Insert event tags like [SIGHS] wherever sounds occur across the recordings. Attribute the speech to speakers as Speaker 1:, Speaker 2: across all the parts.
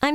Speaker 1: I'm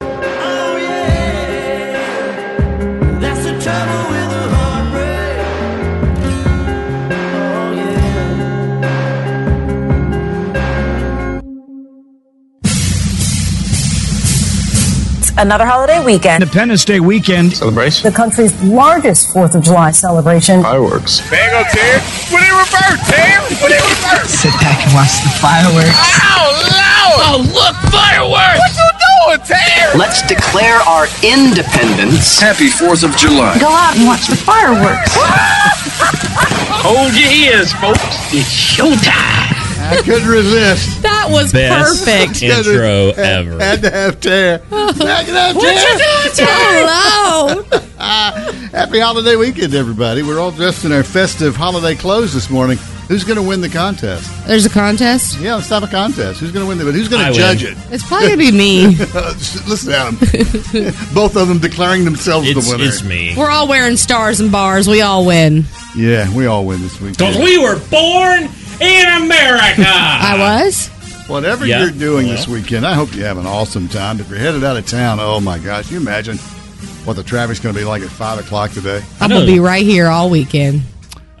Speaker 2: That's the trouble with a heartbreak. Oh yeah.
Speaker 3: another holiday weekend.
Speaker 4: Independence Day weekend. Celebration.
Speaker 3: The country's largest 4th of July celebration.
Speaker 4: Fireworks. Bango tear. When it reverse, tear. When it reverse.
Speaker 5: Sit back and watch the fireworks.
Speaker 4: Oh, loud. Oh, look, fireworks. What you doing, tear?
Speaker 6: Let's declare our independence.
Speaker 4: Happy 4th of July.
Speaker 3: Go out and watch the fireworks.
Speaker 4: [LAUGHS] Hold your ears, folks. It's showtime.
Speaker 7: I couldn't resist.
Speaker 8: That was
Speaker 9: Best
Speaker 8: perfect.
Speaker 9: intro
Speaker 7: Had-
Speaker 9: ever.
Speaker 7: Had to have tear. Back it up, tear.
Speaker 8: Hello.
Speaker 7: Happy holiday weekend, everybody. We're all dressed in our festive holiday clothes this morning. Who's going to win the contest?
Speaker 10: There's a contest.
Speaker 7: Yeah, let's have a contest. Who's going to win the? But who's going
Speaker 9: I
Speaker 7: to
Speaker 9: win.
Speaker 7: judge it? [LAUGHS]
Speaker 10: It's probably gonna be me.
Speaker 7: Listen to them. [LAUGHS] Both of them declaring themselves
Speaker 9: It's,
Speaker 7: the winner.
Speaker 9: it's me.
Speaker 10: We're all wearing stars and bars. We all win.
Speaker 7: Yeah, we all win this week.
Speaker 9: Because we were born in America.
Speaker 10: I was.
Speaker 7: Whatever
Speaker 9: Yeah,
Speaker 7: you're doing this
Speaker 9: well.
Speaker 7: weekend, I hope you have an awesome time. If you're headed out of town, oh my gosh, you imagine what the traffic's going to be like at five o'clock today.
Speaker 10: I'm
Speaker 9: know.
Speaker 10: gonna be right here all weekend.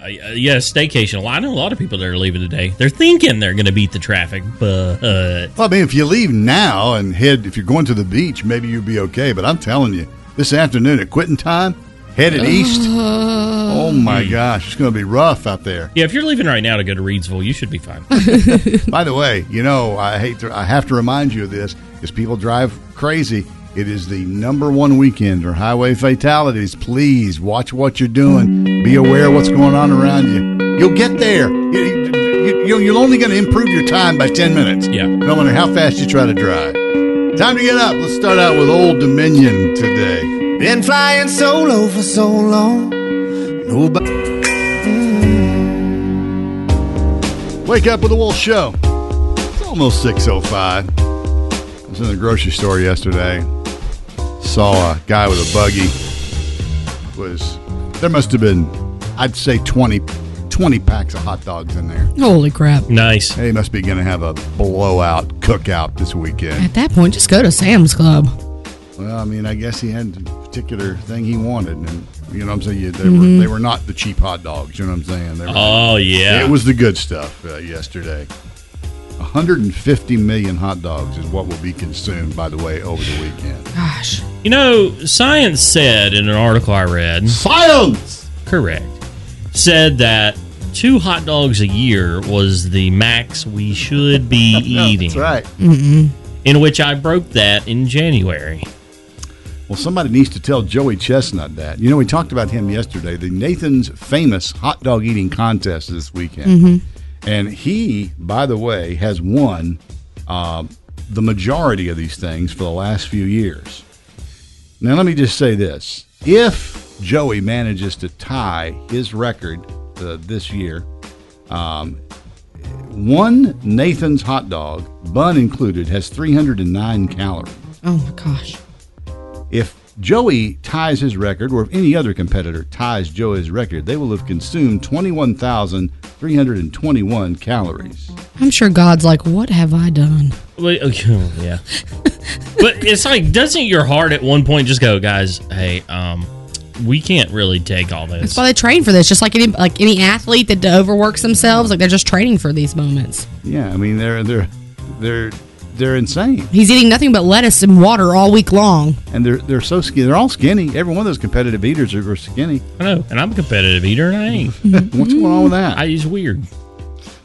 Speaker 9: Uh, yeah, staycation. Well, I know a lot of people that are leaving today. They're thinking they're going to beat the traffic, but uh,
Speaker 7: Well, I mean, if you leave now and head, if you're going to the beach, maybe you'll be okay. But I'm telling you, this afternoon at quitting time, headed east. Oh my gosh, it's going to be rough out there.
Speaker 9: yeah, if you're leaving right now to go to Reedsville, you should be fine.
Speaker 7: By the way, you know, I hate to, I have to remind you of this as people drive crazy. It is the number one weekend or highway fatalities. Please watch what you're doing. Be aware of what's going on around you. You'll get there. You, you, you- you're only going to improve your time by 10 minutes.
Speaker 9: Yeah.
Speaker 7: No matter how fast you try to drive. Time to get up. Let's start out with Old Dominion today.
Speaker 2: Been flying solo for so long. Nobody.
Speaker 7: Wake up with a Wolf Show. It's almost 6.05. I was in the grocery store yesterday. Saw a guy with a buggy. Was there must have been, I'd say 20, 20 packs of hot dogs in there.
Speaker 10: Holy crap!
Speaker 9: nice.
Speaker 7: They must be going to have a blowout cookout this weekend.
Speaker 8: [LAUGHS]
Speaker 10: At that point, just go to Sam's Club.
Speaker 7: Well, I mean, I guess he had a particular thing he wanted, and you know what I'm saying. You- They were they were not the cheap hot dogs. You know what I'm saying? They were,
Speaker 9: Oh, yeah.
Speaker 7: It was the good stuff uh, yesterday. 150 million hot dogs is what will be consumed, by the way, over the weekend.
Speaker 10: Gosh,
Speaker 9: you know, science said in an article I read.
Speaker 7: Silence!
Speaker 9: correct, said that two hot dogs a year was the max we should be eating.
Speaker 7: That's right.
Speaker 9: In which I broke that in January.
Speaker 7: Well, somebody needs to tell Joey Chestnut that. You know, we talked about him yesterday. The Nathan's famous hot dog eating contest this weekend, and he, by the way, has won uh, the majority of these things for the last few years. Now, let me just say this: if Joey manages to tie his record uh, this year, um, one Nathan's hot dog, bun included, has 309 calories.
Speaker 10: oh my gosh,
Speaker 7: If Joey ties his record, or if any other competitor ties Joey's record, they will have consumed 21,321 calories.
Speaker 10: I'm sure God's like, what have I done?
Speaker 9: Wait, okay, [LAUGHS] yeah. but it's like, doesn't your heart at one point just go, guys, hey, um, we can't really take all
Speaker 10: That's
Speaker 9: this.
Speaker 10: why they train for this. Just like any like any athlete that overworks themselves, like they're just training for these moments.
Speaker 7: Yeah, I mean they're they're they're they're insane.
Speaker 10: He's eating nothing but lettuce and water all week long.
Speaker 7: And they're they're so skinny. They're all skinny. Every one of those competitive eaters are, are skinny.
Speaker 9: I know, and I'm a competitive eater, and I ain't.
Speaker 7: What's going on with that?
Speaker 9: I use weird.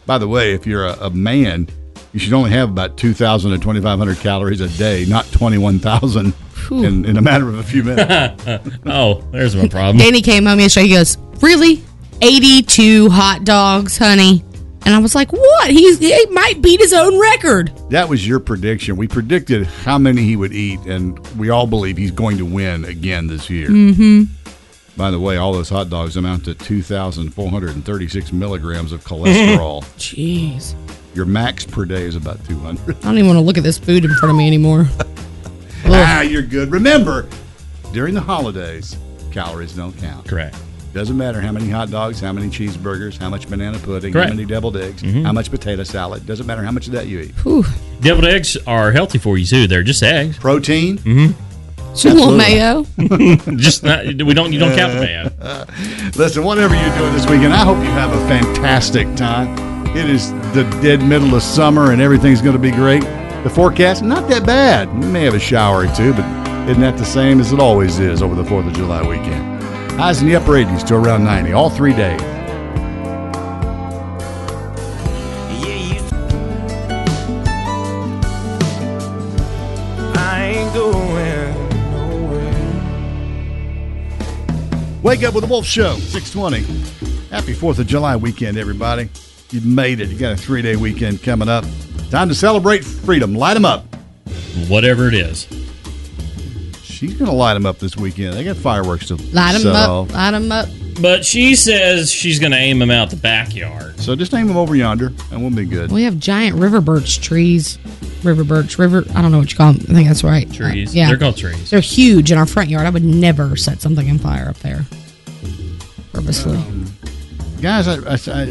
Speaker 7: By the way, if you're a, a man, you should only have about 2,000 to 2,500 calories a day, not 21,000 in, in a matter of a few minutes.
Speaker 9: oh, there's my problem.
Speaker 10: Danny came home yesterday. He goes, "Really, eighty-two hot dogs, honey?" And I was like, "What? He's he might beat his own record."
Speaker 7: That was your prediction. We predicted how many he would eat, and we all believe he's going to win again this year.
Speaker 10: Mm-hmm.
Speaker 7: By the way, all those hot dogs amount to 2,436 milligrams of
Speaker 9: [LAUGHS]
Speaker 7: cholesterol.
Speaker 10: Jeez,
Speaker 7: Your max per day is about 200.
Speaker 10: I don't even want to look at this food in front of me anymore.
Speaker 7: [LAUGHS] ah, you're good. Remember, during the holidays, calories don't count.
Speaker 9: Correct.
Speaker 7: Doesn't matter how many hot dogs, how many cheeseburgers, how much banana pudding,
Speaker 9: Correct. Mm-hmm.
Speaker 7: how many deviled eggs, how much potato salad. Doesn't matter how much of that you eat.
Speaker 9: Deviled eggs are healthy for you too. They're just eggs.
Speaker 7: Protein.
Speaker 9: Mm-hmm.
Speaker 10: Just a little mayo.
Speaker 9: just not. We don't. You don't count the mayo.
Speaker 7: Listen, whatever you're doing this weekend, I hope you have a fantastic time. It is the dead middle of summer and everything's going to be great. The forecast, not that bad. We may have a shower or two, but isn't that the same as it always is over the 4th of July weekend? Highs in the upper 80s to around 90 all three days.
Speaker 11: I ain't going.
Speaker 7: Wake up with the Wolf Show, 620. Happy 4th of July weekend, everybody. You've made it. You got a three day weekend coming up. Time to celebrate freedom. Light them up.
Speaker 9: Whatever it is.
Speaker 7: She's going to light them up this weekend. They got fireworks to
Speaker 10: Light
Speaker 7: set
Speaker 10: him
Speaker 7: off.
Speaker 10: up. Light him up.
Speaker 9: But she says she's going to aim them out the backyard.
Speaker 7: So just aim them over yonder and we'll be good.
Speaker 10: We have giant river birch trees. River birch, river. I don't know what you call them. I think that's right.
Speaker 9: Trees.
Speaker 10: Uh, yeah.
Speaker 9: They're called trees.
Speaker 10: They're huge in our front yard. I would never set something on fire up there purposely.
Speaker 7: Guys, I, I,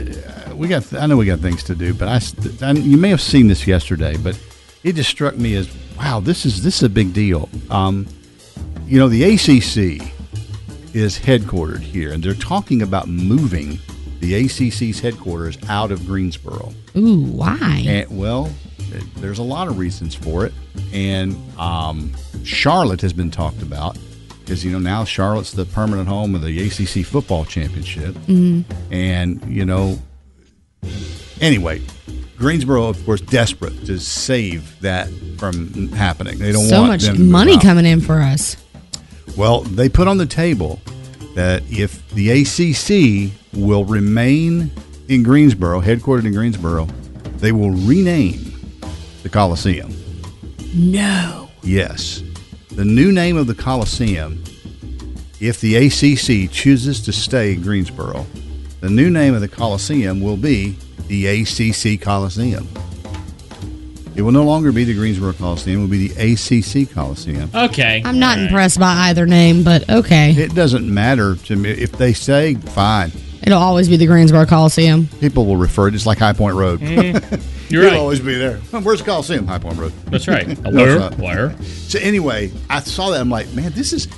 Speaker 7: I, we got. I know we got things to do, but I, st- I- You may have seen this yesterday, but it just struck me as wow. This is this is a big deal. Um, you know, the ACC is headquartered here, and they're talking about moving the ACC's headquarters out of Greensboro.
Speaker 10: Ooh, why?
Speaker 7: And, Eh, well, th- there's a lot of reasons for it, and um, Charlotte has been talked about because you know now Charlotte's the permanent home of the ACC football championship,
Speaker 10: Mm-hmm.
Speaker 11: Mhm.
Speaker 7: and you know. Anyway, Greensboro, of course, desperate to save that from happening. They don't
Speaker 10: so
Speaker 7: want
Speaker 10: much
Speaker 7: them to move
Speaker 10: money
Speaker 7: out.
Speaker 10: coming in for us.
Speaker 7: Well, they put on the table that if the ACC will remain in Greensboro, headquartered in Greensboro, they will rename the Coliseum.
Speaker 10: No.
Speaker 7: Yes. The new name of the Coliseum, if the ACC chooses to stay in Greensboro, the new name of the Coliseum will be the ACC Coliseum. It will no longer be the Greensboro Coliseum, it will be the ACC Coliseum.
Speaker 9: Okay.
Speaker 10: I'm not
Speaker 7: All right.
Speaker 10: impressed by either name, but okay.
Speaker 7: It doesn't matter to me. If they say, fine,
Speaker 10: It'll always be the Greensboro Coliseum.
Speaker 7: people will refer to it. It's like High Point Road.
Speaker 9: Mm-hmm.
Speaker 7: [LAUGHS]
Speaker 9: You're
Speaker 7: It'll
Speaker 9: right.
Speaker 7: always be there. Where's the Coliseum? High Point Road.
Speaker 9: That's right.
Speaker 7: No,
Speaker 9: Where?
Speaker 7: it's not.
Speaker 9: Where?
Speaker 7: So anyway, I saw that. I'm like, man, this is.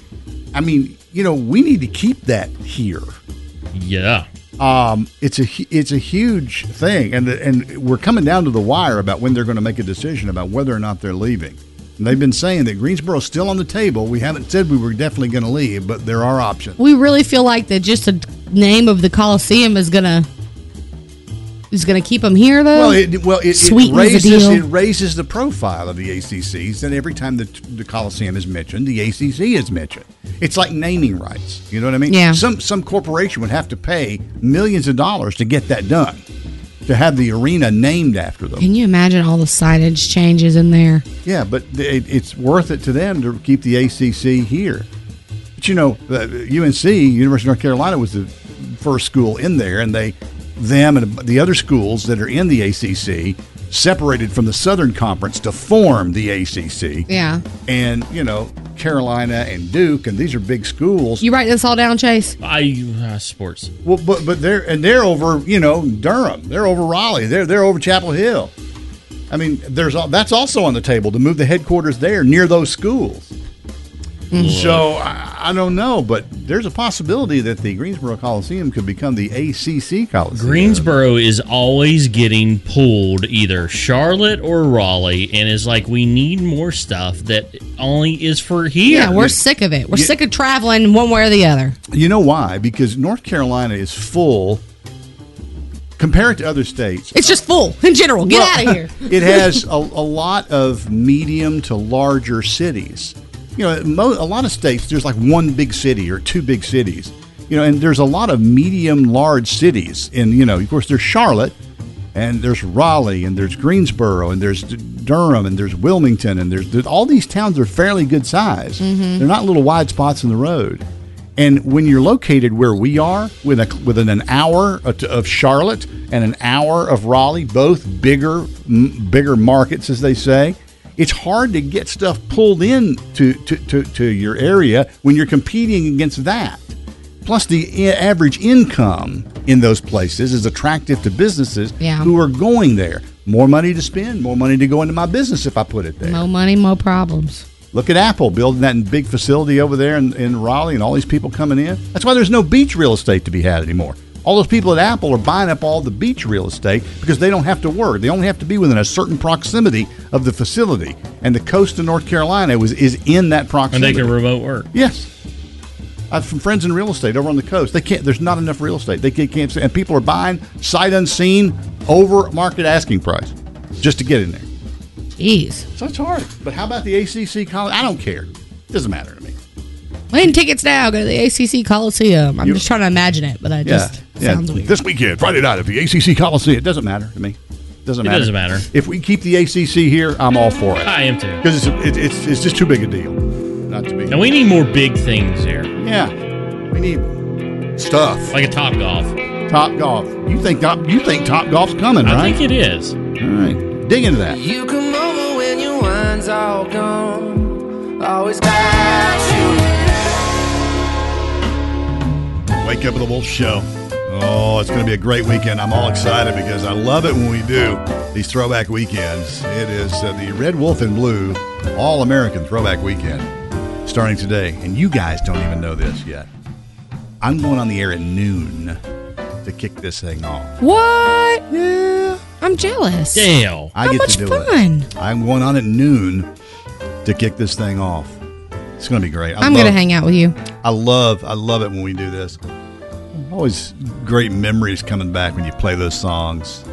Speaker 7: I mean, you know, we need to keep that here.
Speaker 9: Yeah.
Speaker 7: Um, it's a hu- it's a huge thing, and and we're coming down to the wire about when they're going to make a decision about whether or not they're leaving. And they've been saying that Greensboro's still on the table. We haven't said we were definitely going to leave, but there are options.
Speaker 10: We really feel like that just the name of the Coliseum is gonna is gonna keep them here though.
Speaker 7: Well, it, well, it, it
Speaker 10: Sweetens the
Speaker 7: raises
Speaker 10: deal.
Speaker 7: it raises the profile of the ACCs. And every time the, the Coliseum is mentioned, the ACC is mentioned. It's like naming rights. You know what I mean?
Speaker 10: Yeah.
Speaker 7: Some some corporation would have to pay millions of dollars to get that done, to have the arena named after them.
Speaker 10: Can you imagine all the signage changes in there?
Speaker 7: Yeah, but it, it's worth it to them to keep the ACC here. But you know, uh, UNC, University of North Carolina, was the first school in there, and they, them, and the other schools that are in the ACC separated from the Southern Conference to form the ACC.
Speaker 10: Yeah.
Speaker 7: And you know, Carolina and Duke, and these are big schools.
Speaker 10: You write this all down, Chase?
Speaker 9: I uh, sports.
Speaker 7: Well, but but they're and they're over you know Durham, they're over Raleigh, they're they're over Chapel Hill. I mean, there's al- that's also on the table to move the headquarters there near those schools. So I, I don't know, but there's a possibility that the Greensboro Coliseum could become the ACC Coliseum.
Speaker 9: Greensboro is always getting pulled either Charlotte or Raleigh, and is like, we need more stuff that only is for here.
Speaker 10: Yeah, we're sick of it. We're sick of traveling one way or the other.
Speaker 7: You know why? Because North Carolina is full. Compare it to other states.
Speaker 10: It's just full [LAUGHS] in general. Get
Speaker 7: Well,
Speaker 10: out of here. [LAUGHS]
Speaker 7: [LAUGHS] it has a, a lot of medium to larger cities. You know, mo- a lot of states, there's like one big city or two big cities. You know, and there's a lot of medium, large cities. And, you know, of course, there's Charlotte, and there's Raleigh, and there's Greensboro, and there's D- Durham, and there's Wilmington, and there's, there's all these towns are fairly good size. They're not little wide spots in the road. And when you're located where we are, with a, within an hour of- of Charlotte and an hour of Raleigh, both bigger, m- bigger markets, as they say, it's hard to get stuff pulled in to, to, to, to your area when you're competing against that. Plus, the i- average income in those places is attractive to businesses
Speaker 10: Yeah.
Speaker 7: who are going there. More money to spend, more money to go into my business if I put it there.
Speaker 10: Mo money, mo problems.
Speaker 7: Look at Apple building that big facility over there in, in Raleigh and all these people coming in. That's why there's no beach real estate to be had anymore. All those people at Apple are buying up all the beach real estate because they don't have to work. They only have to be within a certain proximity of the facility. And the coast of North Carolina was is in that
Speaker 9: and
Speaker 7: proximity.
Speaker 9: they can remote work.
Speaker 7: Yes. I've from friends in real estate over on the coast. They can't. There's not enough real estate. They can't. can't and people are buying sight unseen over market asking price just to get in there.
Speaker 10: Jeez.
Speaker 7: So it's hard. But how about the ACC college? I don't care. Doesn't matter to me.
Speaker 10: Win tickets now. Go to the ACC Coliseum. I'm
Speaker 7: You-
Speaker 10: just trying to imagine it, but I just sounds weird.
Speaker 7: This weekend, Friday night at the ACC Coliseum. It doesn't matter to me. Doesn't
Speaker 9: It
Speaker 7: matter.
Speaker 9: doesn't matter.
Speaker 7: If we keep the ACC here, I'm all for it.
Speaker 9: I am too.
Speaker 7: Because it's, it, it's it's just too big a deal not to be.
Speaker 9: And we need more big things here,
Speaker 7: yeah, we need stuff.
Speaker 9: like a Top Golf.
Speaker 7: Top Golf. You think Top? You think Top Golf's coming,
Speaker 9: I
Speaker 7: right?
Speaker 9: think it is.
Speaker 7: All right, dig into that.
Speaker 11: You come over when your wine's all gone. Always got
Speaker 7: Wake up with the Wolf Show. Oh, it's going to be a great weekend. I'm all excited because I love it when we do these throwback weekends. It is uh, the Red Wolf and Blue All American Throwback Weekend starting today. And you guys don't even know this yet. I'm going on the air at noon to kick this thing off.
Speaker 10: What? Yeah. I'm jealous.
Speaker 9: Damn.
Speaker 7: I
Speaker 10: How
Speaker 7: get
Speaker 10: much
Speaker 7: to do
Speaker 10: fun.
Speaker 7: it. I'm going on at noon to kick this thing off. It's going to be great. I
Speaker 10: I'm gonna
Speaker 7: love-
Speaker 10: hang out with you.
Speaker 7: I love, I love it when we do this. Always great memories coming back when you play those songs.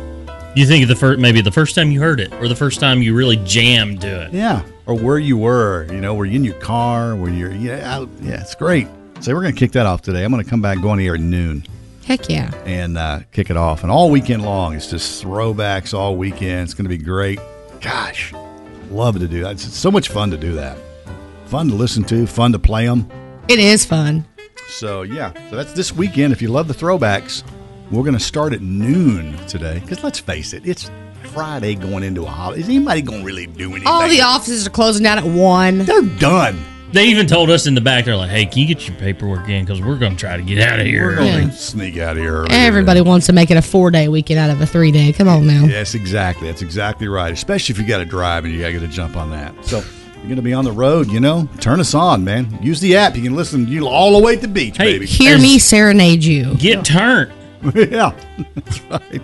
Speaker 9: You think of the first, maybe the first time you heard it, or the first time you really jammed to it.
Speaker 7: Yeah, or where you were. You know, were you in your car? Were you? Yeah, I- yeah. It's great. So we're gonna kick that off today. I'm gonna come back, go on the air at noon,
Speaker 10: Heck yeah.
Speaker 7: and uh, kick it off. And all weekend long, it's just throwbacks all weekend. It's gonna be great. Gosh, love to do that. It's so much fun to do that. Fun to listen to. Fun to play them.
Speaker 10: It is fun.
Speaker 7: So yeah, so that's this weekend. If you love the throwbacks, we're going to start at noon today. Because let's face it, it's Friday going into a holiday. Is anybody going to really do anything?
Speaker 10: All the offices are closing down at one.
Speaker 7: They're done.
Speaker 9: They even told us in the back, they're like, "Hey, can you get your paperwork in? Because we're gonna try to get out of here."
Speaker 7: We're going to sneak out of here. early.
Speaker 10: Everybody wants to make it a four day weekend out of a three day. Come on now.
Speaker 7: Yes, exactly. That's exactly right. Especially if you got to drive and you got to jump on that. So you're going to be on the road. You know, turn us on, man. Use the app. You can listen. to You all the way at the beach,
Speaker 9: Hey,
Speaker 7: baby. [LAUGHS]
Speaker 10: Hear me serenade you.
Speaker 9: Get turned.
Speaker 7: yeah, that's right.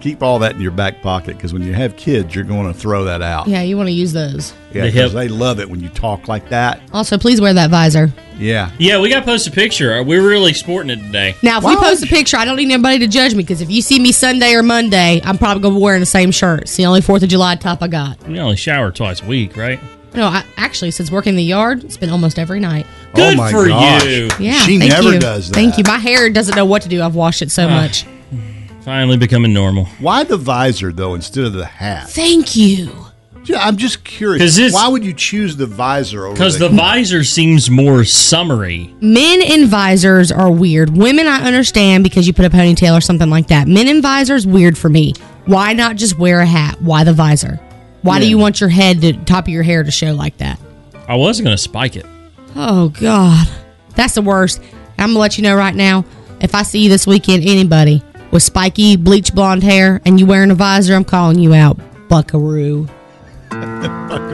Speaker 7: Keep all that in your back pocket because when you have kids, you're going to throw that out.
Speaker 10: Yeah, you want to use those.
Speaker 7: Yeah,
Speaker 9: The
Speaker 7: 'cause
Speaker 9: hip.
Speaker 7: they love it when you talk like that.
Speaker 10: Also, please wear that visor.
Speaker 7: Yeah. Oh
Speaker 9: Yeah, we got to post a picture. We're really sporting it today.
Speaker 10: Now, if we post a picture, I don't need anybody to judge me because if you see me Sunday or Monday, I'm probably going to be wearing the same shirt. It's the only 4th of July top I got.
Speaker 9: We only shower twice a week, right?
Speaker 10: No, I, actually, since working the yard, it's been almost every night.
Speaker 9: Good
Speaker 7: oh my
Speaker 9: for
Speaker 7: gosh.
Speaker 9: you.
Speaker 10: Yeah,
Speaker 7: She
Speaker 10: thank
Speaker 7: never
Speaker 10: you.
Speaker 7: does that.
Speaker 10: Thank you. My hair doesn't know what to do. I've washed it so much.
Speaker 9: Finally becoming normal.
Speaker 7: Why the visor though instead of the hat?
Speaker 10: Thank you.
Speaker 7: Yeah, I'm just
Speaker 9: 'Cause
Speaker 7: curious.
Speaker 9: this-
Speaker 7: Why would you choose the visor over?
Speaker 9: Because the visor seems more summery.
Speaker 10: Men in visors are weird. Women, I understand because you put a ponytail or something like that. Men in visors weird for me. Why not just wear a hat? Why the visor? Why do you want your head to top of your hair to show like that?
Speaker 9: I was gonna spike it.
Speaker 10: Oh God, that's the worst. I'm gonna let you know right now. If I see you this weekend, anybody with spiky bleach blonde hair and you wearing a visor, I'm calling you out, Buckaroo.
Speaker 9: Got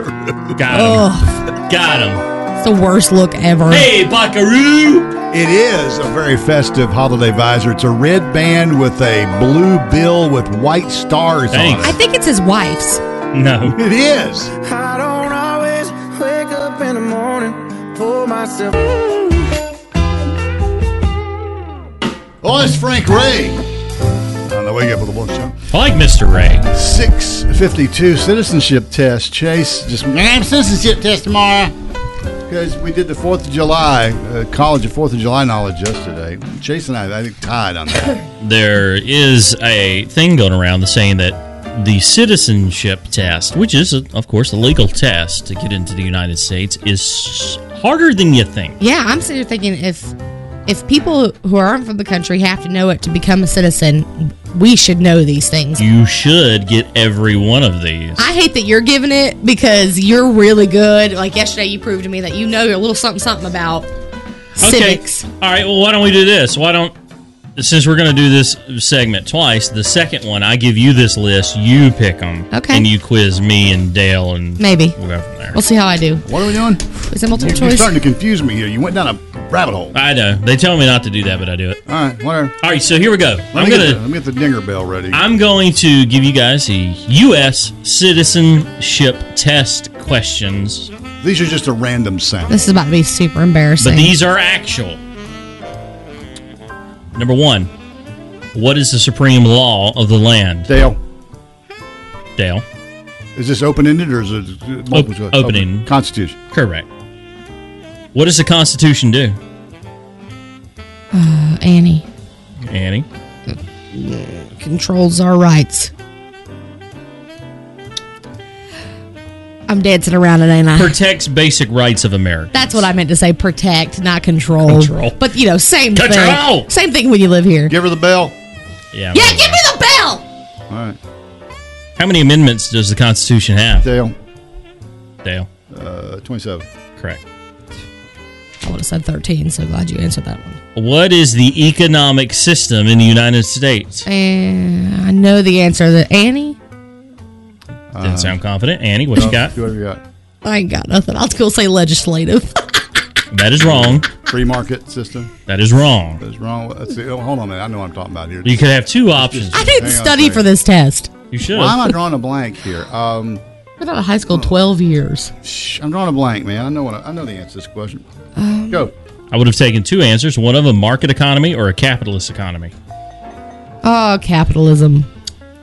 Speaker 9: him. Got him.
Speaker 10: It's the worst look ever.
Speaker 9: Hey, Buckaroo!
Speaker 7: It is a very festive holiday visor. It's a red band with a blue bill with white stars
Speaker 9: Thanks.
Speaker 10: I think it's his wife's.
Speaker 9: No.
Speaker 7: on it. It is.
Speaker 11: I don't always wake up in the morning, pull myself.
Speaker 7: Oh, it's Frank Ray. On the Wake Up with the Wolf Show.
Speaker 9: I like Mr. Ray.
Speaker 7: 652 citizenship test. Chase just, man, citizenship test tomorrow. Because we did the 4th of July, uh, College of 4th of July knowledge yesterday. Chase and I, I think, tied on that.
Speaker 9: There is a thing going around that's saying that the citizenship test, which is, of course, a legal test to get into the United States, is harder than you think.
Speaker 10: Yeah, I'm sitting here thinking if if people who aren't from the country have to know it to become a citizen, we should know these things.
Speaker 9: You should get every one of these.
Speaker 10: I hate that you're giving it because you're really good. Like yesterday, you proved to me that you know a little something something about civics.
Speaker 9: Okay. All right. Well, why don't we do this? Why don't since we're going to do this segment twice, the second one I give you this list, you pick them,
Speaker 10: Okay.
Speaker 9: and you quiz me and Dale, and
Speaker 10: Maybe.
Speaker 9: we'll go from there.
Speaker 10: We'll see how I do.
Speaker 7: what are we doing?
Speaker 10: [LAUGHS] Is it multiple
Speaker 7: You're,
Speaker 10: choice?
Speaker 7: starting to confuse me here. You went down a rabbit hole.
Speaker 9: I know they tell me not to do that, but I do it.
Speaker 7: All right, whatever.
Speaker 9: All right. So here we go.
Speaker 7: Let,
Speaker 9: Uh, I'm
Speaker 7: me get
Speaker 9: gonna
Speaker 7: the, let me get the dinger bell ready.
Speaker 9: I'm going to give you guys the U.S. citizenship test questions,
Speaker 7: These are just a random sound.
Speaker 10: This is about to be super embarrassing.
Speaker 9: but these are actual. Number one, what is the supreme law of the land?
Speaker 7: Dale,
Speaker 9: Dale.
Speaker 7: is this open ended or is it multiple
Speaker 9: Op-
Speaker 7: choice?
Speaker 9: opening.
Speaker 7: Constitution.
Speaker 9: Correct. What does the Constitution do,
Speaker 10: Uh, Annie
Speaker 9: Annie?
Speaker 10: controls our rights. I'm dancing around it, ain't I?
Speaker 9: Protects basic rights of America.
Speaker 10: That's what I meant to say. Protect, not control.
Speaker 9: Control.
Speaker 10: But you know, same
Speaker 9: Control!
Speaker 10: thing. Same thing when you live here.
Speaker 7: Give her the bell.
Speaker 9: Yeah.
Speaker 10: Yeah, give me the bell.
Speaker 7: All right,
Speaker 9: How many amendments does the Constitution have,
Speaker 7: Dale,
Speaker 9: Dale?
Speaker 7: uh, 27.
Speaker 9: Correct.
Speaker 10: I would have said thirteen. So glad you answered that one.
Speaker 9: What is the economic system in the United States?
Speaker 10: Uh, And I know the answer. That Annie,
Speaker 9: Didn't sound confident. Annie, what you got?
Speaker 7: Do whatever you got.
Speaker 10: I ain't got nothing. I was gonna say legislative. [LAUGHS]
Speaker 9: That is wrong.
Speaker 7: Free market system.
Speaker 9: That is wrong.
Speaker 7: That is wrong. That's the, oh, hold on a minute. I know what I'm talking about here.
Speaker 9: You could have two options.
Speaker 10: I didn't
Speaker 7: Hang on a
Speaker 10: study
Speaker 7: second.
Speaker 10: for this test.
Speaker 9: You should.
Speaker 7: Why am I drawing a blank here? Um,
Speaker 10: I've been out of high school twelve years.
Speaker 7: shh, I'm drawing a blank, man. I know what I, I know the answer to this question.
Speaker 10: Um,
Speaker 7: Go.
Speaker 9: I would have taken two answers. One of a market economy or a capitalist economy.
Speaker 10: Oh, capitalism.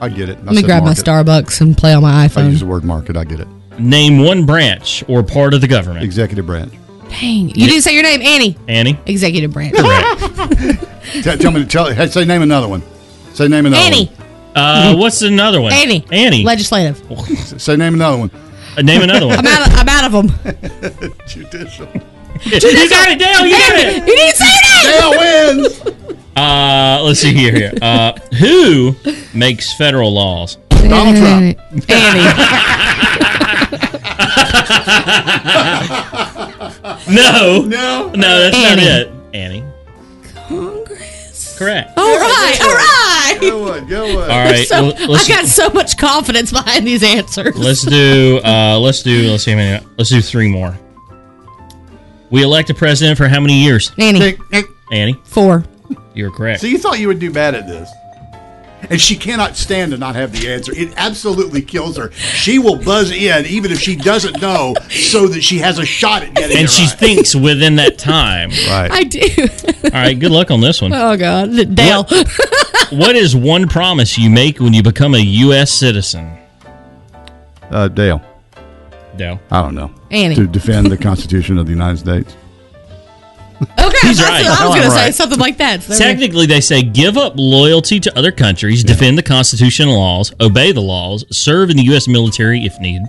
Speaker 7: I get it. I
Speaker 10: Let me
Speaker 7: said
Speaker 10: grab my
Speaker 7: market.
Speaker 10: Starbucks and play on my
Speaker 7: I use
Speaker 10: iPhone.
Speaker 7: the word market. I get it.
Speaker 9: Name one branch or part of the government.
Speaker 7: Executive branch.
Speaker 10: Dang, you didn't say your name, Annie.
Speaker 9: Annie.
Speaker 10: Executive branch.
Speaker 9: Correct.
Speaker 7: T- tell me. Tell. Hey, say name another one. Say name another
Speaker 10: Annie,
Speaker 9: Uh, what's another one?
Speaker 10: Annie,
Speaker 9: Annie.
Speaker 10: Legislative.
Speaker 7: one. Say name another one.
Speaker 9: Uh, name another one.
Speaker 10: [LAUGHS] I'm out. Of, I'm out of
Speaker 7: [LAUGHS]
Speaker 10: them.
Speaker 7: Judicial.
Speaker 9: you got it, Dale. You got it.
Speaker 10: You [LAUGHS] didn't say your name.
Speaker 7: Dale wins.
Speaker 9: Uh, let's see here. here. Uh, who makes federal laws?
Speaker 7: Donald Trump.
Speaker 10: Annie.
Speaker 9: No,
Speaker 7: No.
Speaker 9: no, that's
Speaker 10: Annie.
Speaker 9: not it. Annie. Correct.
Speaker 10: All right, all right.
Speaker 7: Good one. Good one.
Speaker 9: All right.
Speaker 10: Oh, So
Speaker 9: l- let's,
Speaker 10: I got so much confidence behind these answers.
Speaker 9: let's do. Uh, let's do. Let's see. How many, let's do three more. We elect a president for how many years?
Speaker 10: Annie,
Speaker 7: Nick, Nick.
Speaker 9: Annie,
Speaker 10: four.
Speaker 9: you're correct.
Speaker 7: So you thought you would do bad at this. And she cannot stand to not have the answer. It absolutely kills her. She will buzz in even if she doesn't know so that she has a shot at getting
Speaker 9: and
Speaker 7: it
Speaker 9: she
Speaker 7: right.
Speaker 9: thinks within
Speaker 10: [LAUGHS]
Speaker 9: that time.
Speaker 7: right.
Speaker 10: I do. [LAUGHS]
Speaker 9: All right. Good luck on this one.
Speaker 10: oh God, Dale.
Speaker 9: [LAUGHS] What is one promise you make when you become a U.S. citizen?
Speaker 7: Uh, Dale,
Speaker 9: Dale.
Speaker 7: I don't know.
Speaker 10: Annie.
Speaker 7: To defend the Constitution of the United States.
Speaker 10: Okay,
Speaker 9: He's
Speaker 10: that's
Speaker 9: right.
Speaker 10: what I was
Speaker 7: I'm
Speaker 10: gonna say
Speaker 7: right.
Speaker 10: something like that. So there we go.
Speaker 9: Technically, they say give up loyalty to other countries, defend the constitutional laws, obey the laws, serve in the U.S. military if needed.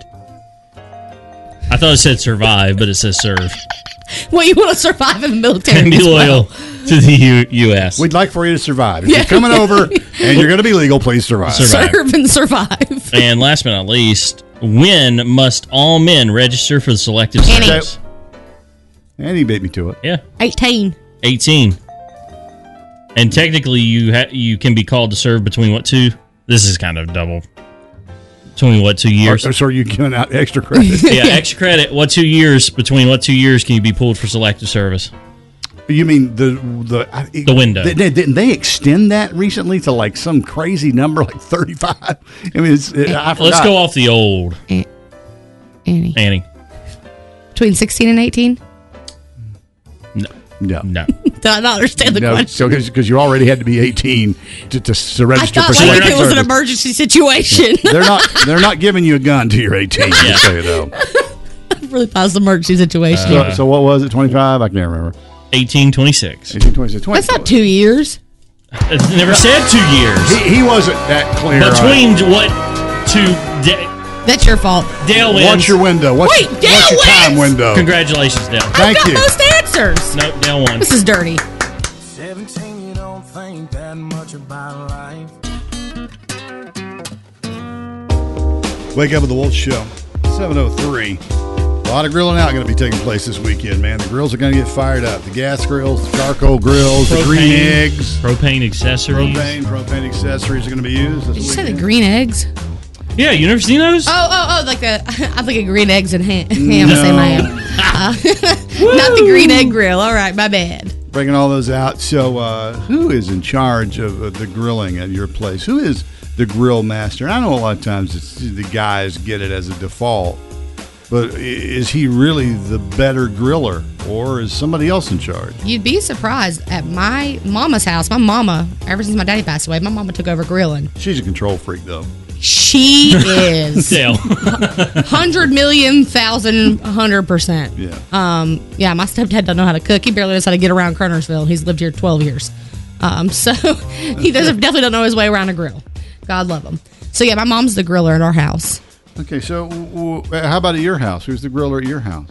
Speaker 9: I thought it said survive, but it says serve.
Speaker 10: well, you want to survive in the military
Speaker 9: And be
Speaker 10: as well.
Speaker 9: loyal to the U- U.S.
Speaker 7: We'd like for you to survive. If you're coming over and you're going to be legal, please survive.
Speaker 9: Survive.
Speaker 10: Serve and survive.
Speaker 9: and last but not least, when must all men register for the selective
Speaker 10: Annie.
Speaker 9: service?
Speaker 7: And he beat me to it.
Speaker 9: Yeah,
Speaker 10: Eighteen.
Speaker 9: eighteen. And technically, you ha- you can be called to serve between what two? This is kind of double. Between what two years?
Speaker 7: Or- so are you giving out extra credit? [LAUGHS]
Speaker 9: yeah, extra credit. What two years? Between what two years can you be pulled for selective service?
Speaker 7: You mean the the I-
Speaker 9: The window.
Speaker 7: They- they- Didn't they extend that recently to like some crazy number, like thirty five? I mean, it's, it, I forgot.
Speaker 9: Let's go off the old.
Speaker 10: Annie.
Speaker 9: Annie.
Speaker 10: Between 16 and 18?
Speaker 7: No,
Speaker 10: [LAUGHS]
Speaker 9: no,
Speaker 10: Did I not understand the
Speaker 7: no.
Speaker 10: question?
Speaker 7: So because you already had to be eighteen to, to, to
Speaker 10: I
Speaker 7: register
Speaker 10: thought
Speaker 7: for
Speaker 10: like if
Speaker 7: selective
Speaker 10: it was an
Speaker 7: service.
Speaker 10: emergency situation.
Speaker 7: they're not they're not giving you a gun till you're eighteen.
Speaker 9: Yeah. Uh,
Speaker 7: Just so you know.
Speaker 10: really thought it was an emergency situation.
Speaker 7: So, so what was it? Twenty five? I can't remember.
Speaker 9: 18, 26.
Speaker 7: 18, 26,
Speaker 10: That's not two years.
Speaker 9: It never said two years.
Speaker 7: He, he wasn't that clear. on it.
Speaker 9: Between what two? Da-
Speaker 10: That's your fault.
Speaker 9: Dale wins.
Speaker 7: What's your window? What's,
Speaker 10: Wait, Dale
Speaker 7: what's your time
Speaker 10: wins!
Speaker 7: window?
Speaker 9: Congratulations, Dale.
Speaker 7: Thank
Speaker 10: I got
Speaker 7: you.
Speaker 10: most answers.
Speaker 9: No, Dale won.
Speaker 10: This is dirty.
Speaker 11: 17, you don't think that much about life.
Speaker 7: Wake up with the Wolf Show, 703. A lot of grilling out going to be taking place this weekend, man. The grills are going to get fired up. The gas grills, the charcoal grills, the green eggs,
Speaker 9: propane accessories.
Speaker 7: propane, propane accessories are going to be used. This
Speaker 10: Did you say the
Speaker 7: weekend.
Speaker 10: green eggs?
Speaker 9: Yeah, you never seen those?
Speaker 10: Oh, oh, oh, like the, [LAUGHS] I'm thinking green eggs and ham. [LAUGHS] ham the same I am. Uh, not the green egg grill. All right, my bad.
Speaker 7: Breaking all those out. So, uh, who is in charge of uh, the grilling at your place? Who is the grill master? And I know a lot of times it's, the guys get it as a default, but i- is he really the better griller, or is somebody else in charge?
Speaker 10: You'd be surprised at my mama's house. My mama, ever since my daddy passed away, my mama took over grilling.
Speaker 7: She's a control freak, though. [LAUGHS]
Speaker 10: She is [LAUGHS]
Speaker 9: Dale.
Speaker 10: hundred million thousand hundred percent.
Speaker 7: Yeah.
Speaker 10: Um. Yeah. My stepdad doesn't know how to cook. He barely knows how to get around Kernersville. He's lived here twelve years. Um. [LAUGHS] So he doesn't definitely don't know his way around a grill. God love him. So yeah, my mom's the griller in our house.
Speaker 7: Okay, so w- w- how about at your house? Who's the griller at your house?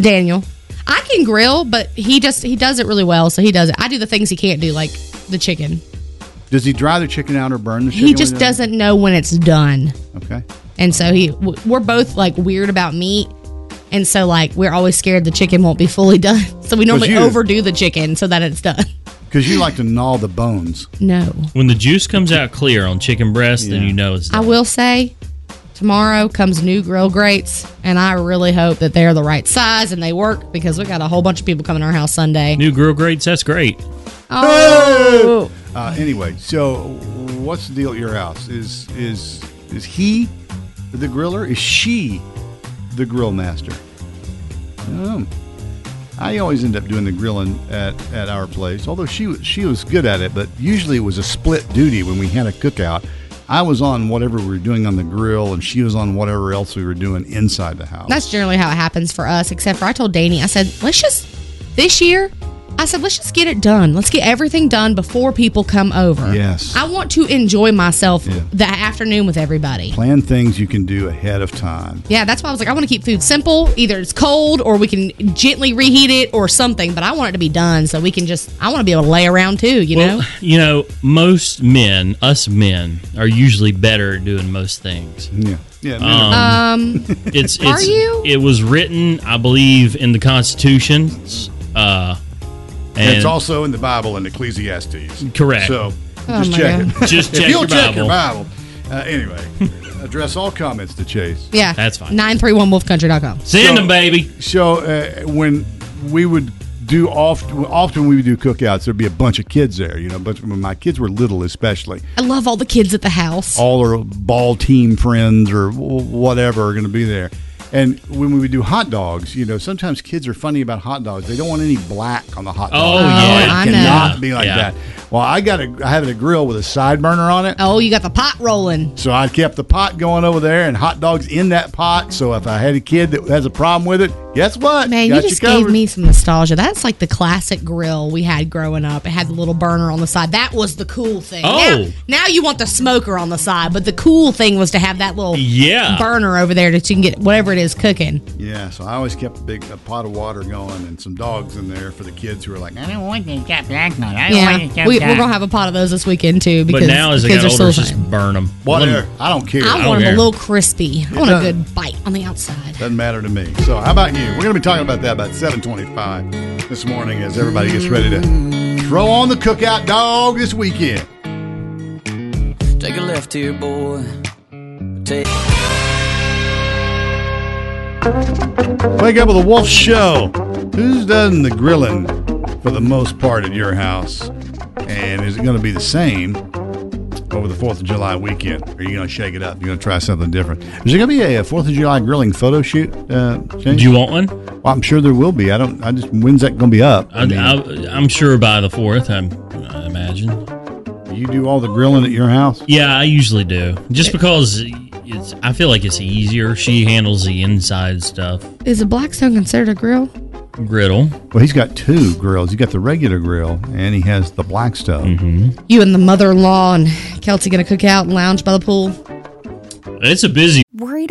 Speaker 10: Daniel. I can grill, but he just he does it really well, so he does it. I do the things he can't do, like the chicken.
Speaker 7: Does he dry the chicken out or burn the chicken?
Speaker 10: He
Speaker 7: when
Speaker 10: just
Speaker 7: it-
Speaker 10: doesn't know when it's done.
Speaker 7: Okay.
Speaker 10: And so he, w- we're both like weird about meat, and so like we're always scared the chicken won't be fully [LAUGHS] done. So we normally
Speaker 7: you-
Speaker 10: overdo the chicken so that it's done. [LAUGHS]
Speaker 7: Because you like to gnaw the bones.
Speaker 10: No,
Speaker 9: When the juice comes out clear on chicken breast, then you know it's
Speaker 10: I will say, tomorrow comes new grill grates, and I really hope that they're the right size and they work because we got a whole bunch of people coming to our house Sunday.
Speaker 9: new grill grates. That's great.
Speaker 10: Oh,
Speaker 7: Uh, anyway, so what's the deal at your house? Is is is he the griller? Is she the grill master? No. I always end up doing the grilling at, at our place, although she was- she was good at it, but usually it was a split duty when we had a cookout. I was on whatever we were doing on the grill, and she was on whatever else we were doing inside the house.
Speaker 10: that's generally how it happens for us. Except for I told Danny, I said, let's just this year. I said, let's just get it done. Let's get everything done before people come over.
Speaker 7: Yes.
Speaker 10: I want to enjoy myself
Speaker 7: Yeah.
Speaker 10: that afternoon with everybody.
Speaker 7: Plan things you can do ahead of time.
Speaker 10: Yeah, that's why I was like, I want to keep food simple. Either it's cold or we can gently reheat it or something, but I want it to be done so we can just, I want to be able to lay around too, you know?
Speaker 9: You know, most men, us men, are usually better at doing most things.
Speaker 7: Yeah. Yeah. man.
Speaker 9: Um,
Speaker 10: Um,
Speaker 9: it's, it's
Speaker 10: [LAUGHS] Are you?
Speaker 9: It was written, I believe, in the Constitution. Uh, and
Speaker 7: it's also in the Bible in Ecclesiastes.
Speaker 9: Correct.
Speaker 7: So
Speaker 10: Oh
Speaker 7: just
Speaker 10: my
Speaker 7: check
Speaker 10: God.
Speaker 9: [LAUGHS]
Speaker 7: it. [LAUGHS]
Speaker 9: Just
Speaker 7: if
Speaker 9: check
Speaker 7: you'll
Speaker 9: your
Speaker 7: check your
Speaker 9: Bible.
Speaker 7: Bible. Uh,
Speaker 9: [LAUGHS]
Speaker 7: anyway, address all comments to Chase.
Speaker 10: yeah.
Speaker 9: That's fine.
Speaker 10: 931wolfcountry.com.
Speaker 9: send
Speaker 7: So-
Speaker 9: them, baby.
Speaker 7: So uh, when we would do oft, often we would do cookouts, there'd be a bunch of kids there. You know, but when my kids were little, especially,
Speaker 10: I love all the kids at the house.
Speaker 7: all our ball team friends or w- whatever are going to be there. And when we do hot dogs, you know, sometimes kids are funny about hot dogs. They don't want any black on the hot
Speaker 9: Oh,
Speaker 7: dog.
Speaker 9: yeah.
Speaker 7: It
Speaker 10: I
Speaker 7: cannot
Speaker 9: know.
Speaker 7: be like
Speaker 9: Yeah.
Speaker 7: that. Well, I got a I had a grill with a side burner on it.
Speaker 10: Oh, you got the pot rolling.
Speaker 7: So I kept the pot going over there and hot dogs in that pot. So if I had a kid that has a problem with it, guess what?
Speaker 10: Man, you
Speaker 7: Got
Speaker 10: just
Speaker 7: covered.
Speaker 10: gave me some nostalgia. That's like the classic grill we had growing up. It had the little burner on the side. That was the cool thing. Now,
Speaker 9: Oh.
Speaker 10: now you want the smoker on the side, but the cool thing was to have that little
Speaker 9: Yeah.
Speaker 10: burner over there that you can get whatever it is cooking.
Speaker 7: Yeah, so I always kept a big a pot of water going and some dogs in there for the kids who were like, "Ah, I don't want to get black on. I don't want to
Speaker 10: Yeah,
Speaker 7: get
Speaker 10: we,
Speaker 7: black."
Speaker 10: we're gonna have a pot of those this weekend too. Because
Speaker 9: But now, as
Speaker 10: the
Speaker 9: they
Speaker 10: kids
Speaker 9: got
Speaker 10: are
Speaker 9: older,
Speaker 10: still
Speaker 9: just
Speaker 10: fine.
Speaker 9: burn them.
Speaker 7: Whatever. I don't care.
Speaker 10: I
Speaker 9: don't
Speaker 10: want them
Speaker 9: care.
Speaker 10: a little crispy. I want
Speaker 7: does.
Speaker 10: a good bite on the outside.
Speaker 7: Doesn't matter to me. So how about you? We're going to be talking about that about 725 this morning as everybody gets ready to throw on the cookout dog this weekend.
Speaker 11: Take a left here, boy. take.
Speaker 7: Wake up with a wolf show. Who's done the grilling for the most part at your house? And is it going to be the same over the 4th of July weekend? Or are you going to shake it up? You're going to try something different? Is there going to be a 4th of July grilling photo shoot? Uh, Do
Speaker 9: you want one?
Speaker 7: Well, I'm sure there will be. I don't, I just, when's that going to be up?
Speaker 9: I, am sure by the fourth. I'm, I imagine.
Speaker 7: You do all the grilling at your house?
Speaker 9: Yeah, I usually do.
Speaker 7: Eh.
Speaker 9: Just because it's, I feel like it's easier. She handles the inside stuff.
Speaker 10: Is a Blackstone considered a grill?
Speaker 9: Griddle.
Speaker 7: Well, he's got two grills. He's got the regular grill and he has the Blackstone.
Speaker 9: Mm-hmm.
Speaker 10: You and the mother-in-law and Kelsey gonna cook out and lounge by the pool.
Speaker 9: It's a busy.
Speaker 1: Worried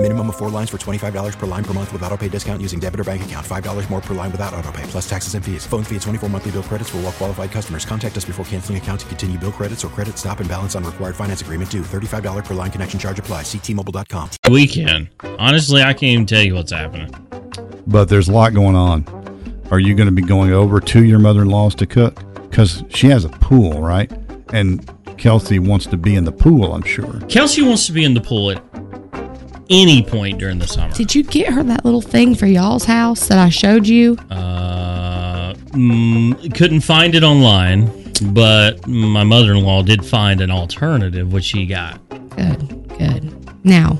Speaker 12: Minimum of four lines for $25 per line per month with auto pay discount using debit or bank account. $5 more per line without auto pay, plus taxes and fees. Phone fee at 24 monthly bill credits for all well qualified customers. Contact us before canceling account to continue bill credits or credit stop and balance on required finance agreement due. $35 per line connection charge applies. Ctmobile.com.
Speaker 9: Weekend. Honestly, I can't even tell you what's happening.
Speaker 7: But there's a lot going on. Are you going to be going over to your mother in law's to cook? Because she has a pool, right? And Kelsey wants to be in the pool, I'm sure.
Speaker 9: Kelsey wants to be in the pool at any point during the summer.
Speaker 10: Did you get her that little thing for y'all's house that I showed you?
Speaker 9: Uh, mm, couldn't find it online, but my mother in law did find an alternative, which she got.
Speaker 10: Good, good. Now,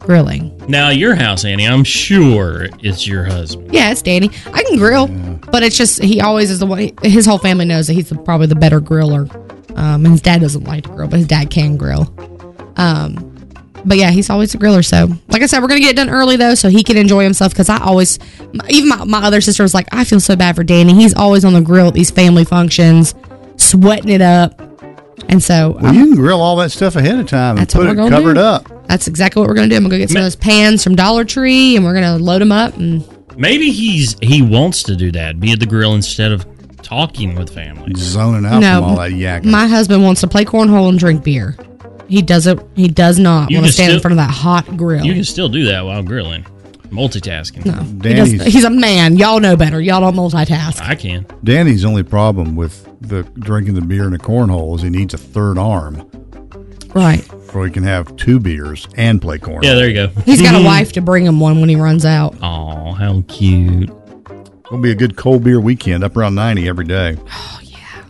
Speaker 10: grilling.
Speaker 9: Now, your house, Annie, I'm sure it's your husband.
Speaker 10: Yeah, it's Danny. I can grill, but it's just he always is the one. His whole family knows that he's the, probably the better griller. Um, and his dad doesn't like to grill, but his dad can grill. Um, but yeah, he's always a griller. So, like I said, we're gonna get it done early though, so he can enjoy himself. Because I always, even my, my other sister was like, I feel so bad for Danny. He's always on the grill at these family functions, sweating it up. And so,
Speaker 7: Well,
Speaker 10: um,
Speaker 7: you can grill all that stuff ahead of time and
Speaker 10: that's what
Speaker 7: put
Speaker 10: we're
Speaker 7: it
Speaker 10: gonna
Speaker 7: covered
Speaker 10: do.
Speaker 7: up.
Speaker 10: That's exactly what we're gonna do. I'm gonna go get some of those pans from Dollar Tree, and we're gonna load them up. And
Speaker 9: Maybe he's he wants to do that, be at the grill instead of talking with family.
Speaker 7: Zoning out
Speaker 10: No,
Speaker 7: from all that yak.
Speaker 10: my husband wants to play cornhole and drink beer. He doesn't. He does not
Speaker 9: You
Speaker 10: want to
Speaker 9: can
Speaker 10: stand in
Speaker 9: still-
Speaker 10: front of that hot grill.
Speaker 9: You can still do that while grilling, multitasking.
Speaker 10: He does-
Speaker 7: Danny's,
Speaker 10: he's a man. Y'all know better. Y'all don't multitask.
Speaker 9: I can.
Speaker 7: Danny's only problem with the drinking the beer in a cornhole is he needs a third arm
Speaker 10: Right.
Speaker 7: so he can have two beers and play cornhole.
Speaker 9: Yeah, there you go. [LAUGHS]
Speaker 10: He's got a wife to bring him one when he runs out.
Speaker 9: Oh, how cute.
Speaker 7: It'll be a good cold beer weekend up around 90 every day. [SIGHS] Oh, yeah.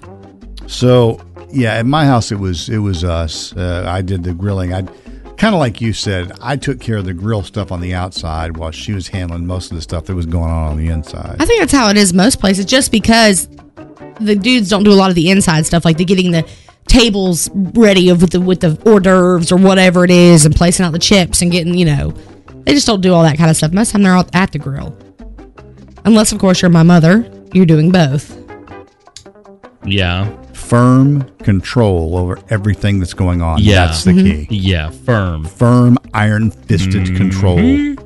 Speaker 7: So, yeah, at my house, it was it was us. Uh, I did the grilling. I kind of like you said, I took care of the grill stuff on the outside while she was handling most of the stuff that was going on on the inside.
Speaker 10: I think that's how it is most places, just because the dudes don't do a lot of the inside stuff, like the getting the tables ready of with the with the hors d'oeuvres or whatever it is, and placing out the chips and getting you know, they just don't do all that kind of stuff. Most of the time they're out at the grill, unless of course you're my mother, you're doing both.
Speaker 9: Yeah.
Speaker 7: Firm control over everything that's going on.
Speaker 9: Yeah.
Speaker 7: That's the key.
Speaker 9: Yeah, firm.
Speaker 7: Firm, iron fisted
Speaker 9: Mhm.
Speaker 7: control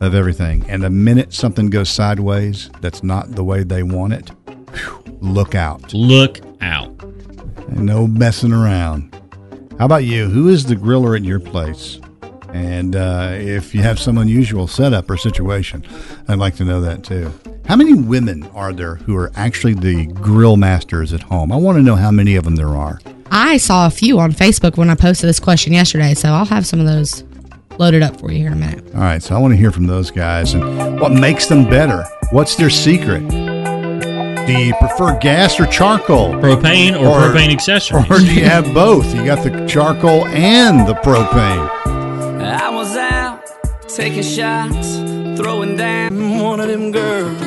Speaker 7: of everything. And the minute something goes sideways, that's not the way they want it, phew, look out.
Speaker 9: Look out.
Speaker 7: No messing around. How about you? Who is the griller at your place? And uh, if you have some unusual setup or situation, I'd like to know that too. How many women are there who are actually the grill masters at home? I want to know how many of them there are.
Speaker 10: I saw a few on Facebook when I posted this question yesterday, so I'll have some of those loaded up for you here in a minute.
Speaker 7: All right, so I want to hear from those guys and what makes them better. What's their secret? Do you prefer gas or charcoal?
Speaker 9: Propane or, propane accessories?
Speaker 7: Or do you have both? You got the charcoal and the propane.
Speaker 11: I was out taking shots, throwing down one of them girls.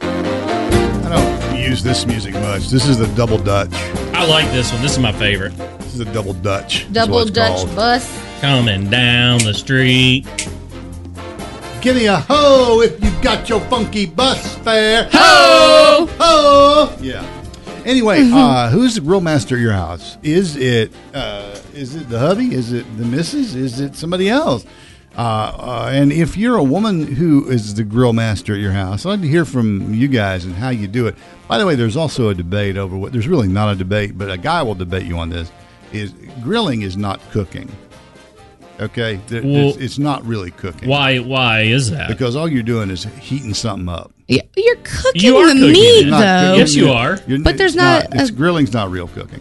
Speaker 7: I don't use this music much. This is the double Dutch.
Speaker 9: I like this one. This is my favorite.
Speaker 7: This is the double Dutch. is
Speaker 13: Double
Speaker 7: what it's
Speaker 13: Dutch
Speaker 7: called.
Speaker 13: bus.
Speaker 9: Coming down the street.
Speaker 7: Give me a ho if you've got your funky bus fare.
Speaker 13: Ho!
Speaker 7: Ho! Yeah. Anyway,
Speaker 9: Mm-hmm.
Speaker 7: uh, who's the grill master at your house? Is it uh, is it the hubby? Is it the missus? Is it somebody else? Uh, uh, and if you're a woman who is the grill master at your house, I'd like to hear from you guys and how you do it. By the way, there's also a debate over what. There's really not a debate, but a guy will debate you on this. Is grilling is not cooking? Okay, There-
Speaker 9: Well-
Speaker 7: it's, it's not really cooking.
Speaker 9: Why? Why is that?
Speaker 7: Because all you're doing is heating something up.
Speaker 10: Yeah, You're cooking
Speaker 9: You are
Speaker 10: the
Speaker 9: cooking
Speaker 10: meat,
Speaker 9: it.
Speaker 7: You're not
Speaker 10: though.
Speaker 7: cooking
Speaker 9: Yes, you
Speaker 7: it.
Speaker 9: are.
Speaker 7: You're-
Speaker 10: But there's
Speaker 7: it's
Speaker 10: not
Speaker 7: it's,
Speaker 10: a-
Speaker 7: grilling's not real cooking.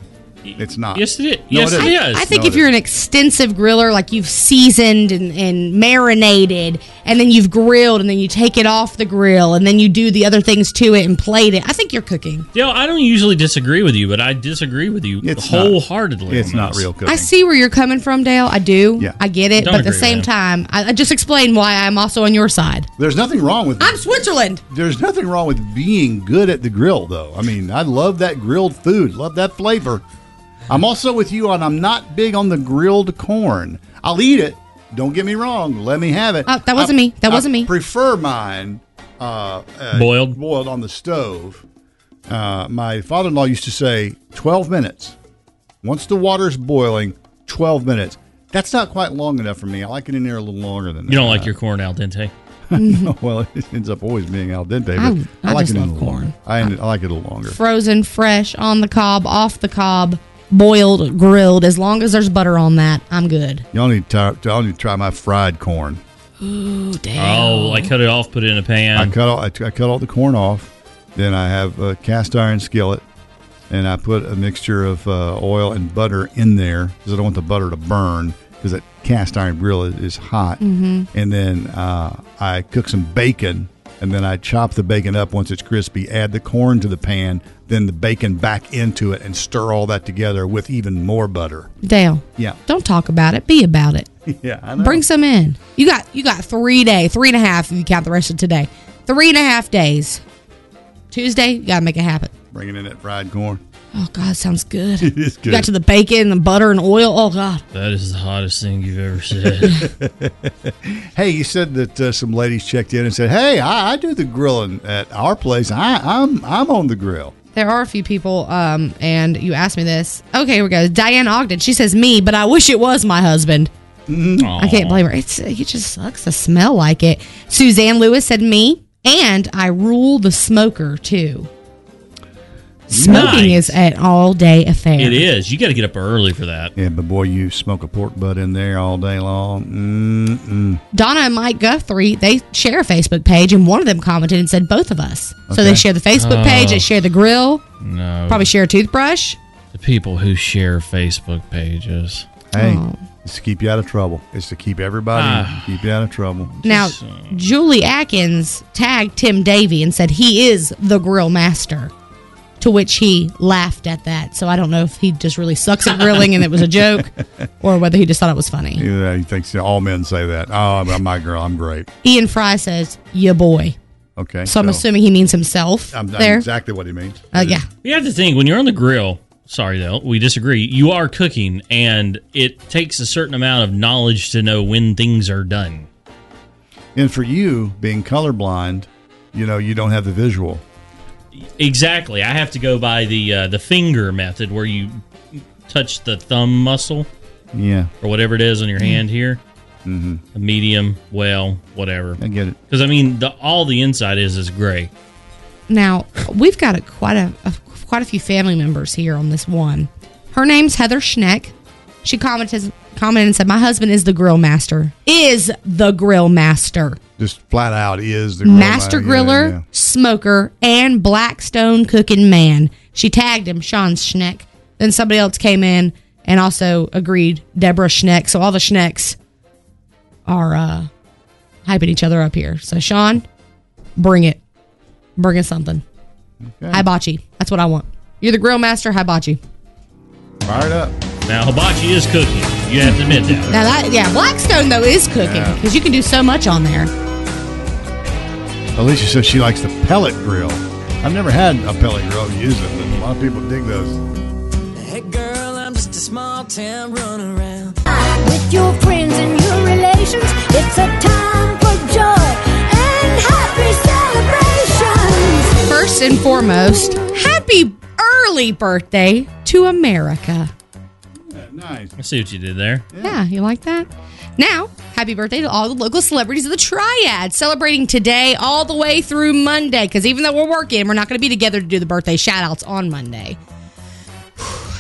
Speaker 7: It's not.
Speaker 9: Yes, it is.
Speaker 7: No,
Speaker 9: yes,
Speaker 7: isn't.
Speaker 9: it is.
Speaker 10: I think
Speaker 7: No,
Speaker 10: if
Speaker 7: it
Speaker 10: you're an
Speaker 7: isn't.
Speaker 10: extensive griller, like you've seasoned and, and marinated, and then you've grilled, and then you take it off the grill, and then you do the other things to it and plate it, I think you're cooking.
Speaker 9: Dale, I don't usually disagree with you, but I disagree with you
Speaker 7: It's not-
Speaker 9: wholeheartedly.
Speaker 7: it's
Speaker 9: on
Speaker 7: not
Speaker 9: this.
Speaker 7: real cooking.
Speaker 10: I see where you're coming from, Dale. I do.
Speaker 7: Yeah.
Speaker 10: I get it.
Speaker 9: Don't
Speaker 10: but at the
Speaker 9: agree with
Speaker 10: same
Speaker 9: him.
Speaker 10: time, I, I just explained why I'm also on your side.
Speaker 7: There's nothing wrong with.
Speaker 10: I'm Switzerland.
Speaker 7: There's nothing wrong with being good at the grill, though. I mean, I love that grilled food. Love that flavor. I'm also with you on. I'm not big on the grilled corn. I'll eat it. Don't get me wrong. Let me have it.
Speaker 10: Uh, that wasn't
Speaker 7: I-
Speaker 10: me. That
Speaker 7: I
Speaker 10: wasn't me.
Speaker 7: Prefer mine uh, uh,
Speaker 9: Boiled?
Speaker 7: boiled on the stove. Uh, my father-in-law used to say 12 minutes. Once the water's boiling, 12 minutes. That's not quite long enough for me. I like it in there a little longer than that.
Speaker 9: You don't like your corn al dente.
Speaker 7: [LAUGHS] well, it ends up always being al dente. But I,
Speaker 10: Mm-hmm. I- I
Speaker 7: like
Speaker 10: just
Speaker 7: it a
Speaker 10: love
Speaker 7: little longer.
Speaker 10: corn.
Speaker 7: I, end- I like it a little longer.
Speaker 10: Frozen, fresh, on the cob, off the cob, boiled, grilled. As long as there's butter on that, I'm good.
Speaker 7: Y'all need to try, y'all need to try my fried corn.
Speaker 10: Ooh,
Speaker 9: Oh, I cut it off, put it in a
Speaker 7: I
Speaker 9: pan.
Speaker 7: cut all I, I cut all the corn off. Then I have a cast iron skillet, and I put a mixture of uh, oil and butter in there because I don't want the butter to burn because that cast iron grill is, is hot.
Speaker 10: Mhm.
Speaker 7: And then uh, I cook some bacon, and then I chop the bacon up once it's crispy. Add the corn to the pan, then the bacon back into it, and stir all that together with even more butter. [LAUGHS]
Speaker 10: Dale,
Speaker 7: Yeah,
Speaker 10: don't talk about it. Be about it.
Speaker 7: yeah. I know.
Speaker 10: Bring some in. You got you got three day, three and a half if you count the rest of today. Three and a half days. Tuesday, you gotta make it happen.
Speaker 7: bringing in that fried corn.
Speaker 10: Oh God,
Speaker 9: [LAUGHS]
Speaker 10: sounds good.
Speaker 7: It is
Speaker 10: You
Speaker 7: good.
Speaker 10: got to the bacon, the butter, and oil. Oh God,
Speaker 9: That is the hottest thing you've ever said. [LAUGHS]
Speaker 7: Hey, you said that uh, some ladies checked in and said, "Hey, I, I do the grilling at our place. I, I'm I'm on the grill."
Speaker 10: there are a few people. Um, and you asked me this. Okay, here we go. Diane Ogden. She says me, but I wish it was my husband.
Speaker 9: Mm-hmm.
Speaker 10: I can't blame her. It's it just sucks to smell like it. Suzanne Lewis said me, and I rule the smoker too. Smoking
Speaker 9: Nice.
Speaker 10: is an all day affair.
Speaker 9: It is. You got to get up early for that.
Speaker 7: Yeah, but boy, you smoke a pork butt in there all day long. Mm-mm.
Speaker 10: Donna and Mike Guthrie, they share a Facebook page, and one of them commented and said both of us. So
Speaker 7: Okay.
Speaker 10: they share the Facebook page, they
Speaker 9: Oh.
Speaker 10: share the grill,
Speaker 9: No.
Speaker 10: probably share a toothbrush.
Speaker 9: the people who share Facebook pages.
Speaker 7: Hey,
Speaker 10: Oh.
Speaker 7: it's to keep you out of trouble. It's to keep everybody
Speaker 9: Ah.
Speaker 7: keep you out of trouble.
Speaker 10: Now, Julie Atkins tagged Tim Davey and said he is the grill master, to which he laughed at that. So I don't know if he just really sucks at grilling and it was a
Speaker 7: [LAUGHS]
Speaker 10: joke, or whether he just thought it was funny.
Speaker 7: Yeah, he thinks all men say that. Oh, I'm my girl. I'm great.
Speaker 10: Ian Fry says, "Yeah, boy."
Speaker 7: Okay,
Speaker 10: So I'm assuming he means himself
Speaker 7: I'm, I'm
Speaker 10: there.
Speaker 7: exactly what he means.
Speaker 10: Uh, yeah.
Speaker 9: You have to think when you're on the grill. Sorry, though, we disagree. You are cooking, and it takes a certain amount of knowledge to know when things are done.
Speaker 7: And for you being colorblind, you know you don't have the visual.
Speaker 9: Exactly. I have to go by the uh, the finger method, where you touch the thumb muscle
Speaker 7: Yeah,
Speaker 9: or whatever it is on your hand here,
Speaker 7: mm-hmm.
Speaker 9: the medium, well, whatever.
Speaker 7: I get it.
Speaker 9: Because I mean, the, all the inside is is gray.
Speaker 10: Now we've got a, quite a, a quite a few family members here on this one. Her name's Heather Schneck. She commented, commented and said, My husband is the grill master. Is the grill master.
Speaker 7: Just flat out is the grill
Speaker 10: Master
Speaker 7: man. Yeah,
Speaker 10: griller,
Speaker 7: yeah.
Speaker 10: smoker, and Blackstone cooking man. She tagged him, Sean Schneck. Then somebody else came in and also agreed, Deborah Schneck. So all the Schnecks are uh, hyping each other up here. So Sean, bring it. Bring us something. Mm. Hibachi. That's what I want. You're the grill master, hibachi.
Speaker 7: Fired up.
Speaker 9: Now hibachi is cooking. You have to admit
Speaker 10: [LAUGHS]
Speaker 9: that.
Speaker 10: Now that yeah, Blackstone though is cooking
Speaker 7: Yeah.
Speaker 10: because you can do so much on there.
Speaker 7: Alicia says she likes the pellet grill. I've never had a pellet grill to use it, but a lot of people dig those.
Speaker 11: Hey girl, I'm just a small town runaround.
Speaker 13: With your friends and your relations, it's a time for joy and happy celebrations.
Speaker 10: First and foremost, happy early birthday to America.
Speaker 7: Nice.
Speaker 9: I see what you did there.
Speaker 10: Yeah. you like that? Now, happy birthday to all the local celebrities of the Triad celebrating today all the way through Monday because even though we're working, we're not going to be together to do the birthday shout outs on Monday.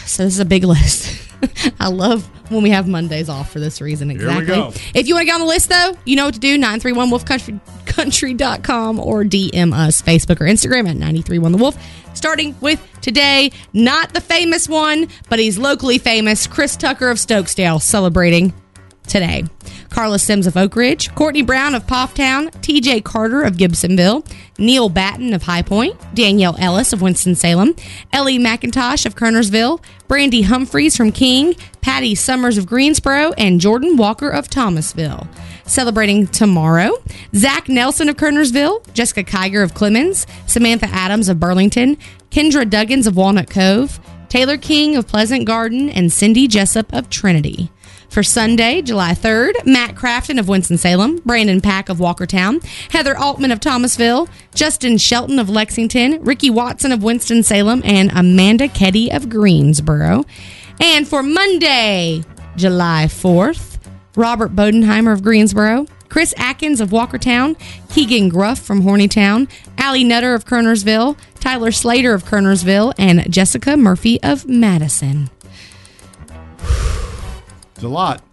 Speaker 10: So this is a big list. [LAUGHS] I love when we have Mondays off for this reason.
Speaker 7: we
Speaker 10: Exactly.
Speaker 7: go.
Speaker 10: If you want to get on the list, though, you know what to do 931 wolfcountrycom or DM us Facebook or Instagram at 931 The Wolf. Starting with today, not the famous one, but he's locally famous, Chris Tucker of Stokesdale, celebrating today. Carla Sims of Oak Ridge, Courtney Brown of Pofftown, TJ Carter of Gibsonville, Neil Batten of High Point, Danielle Ellis of Winston-Salem, Ellie McIntosh of Kernersville, Brandy Humphreys from King, Patty Summers of Greensboro, and Jordan Walker of Thomasville. Celebrating tomorrow, Zach Nelson of Kernersville, Jessica Kiger of Clemens, Samantha Adams of Burlington, Kendra Duggins of Walnut Cove, Taylor King of Pleasant Garden, and Cindy Jessup of Trinity. For Sunday, July 3rd, Matt Crafton of Winston-Salem, Brandon Pack of Walkertown, Heather Altman of Thomasville, Justin Shelton of Lexington, Ricky Watson of Winston-Salem, and Amanda Ketty of Greensboro. And for Monday, July 4th, Robert Bodenheimer of Greensboro, Chris Atkins of Walkertown, Keegan Gruff from Hornytown, Allie Nutter of Kernersville, Tyler Slater of Kernersville, and Jessica Murphy of Madison.
Speaker 7: It's a lot.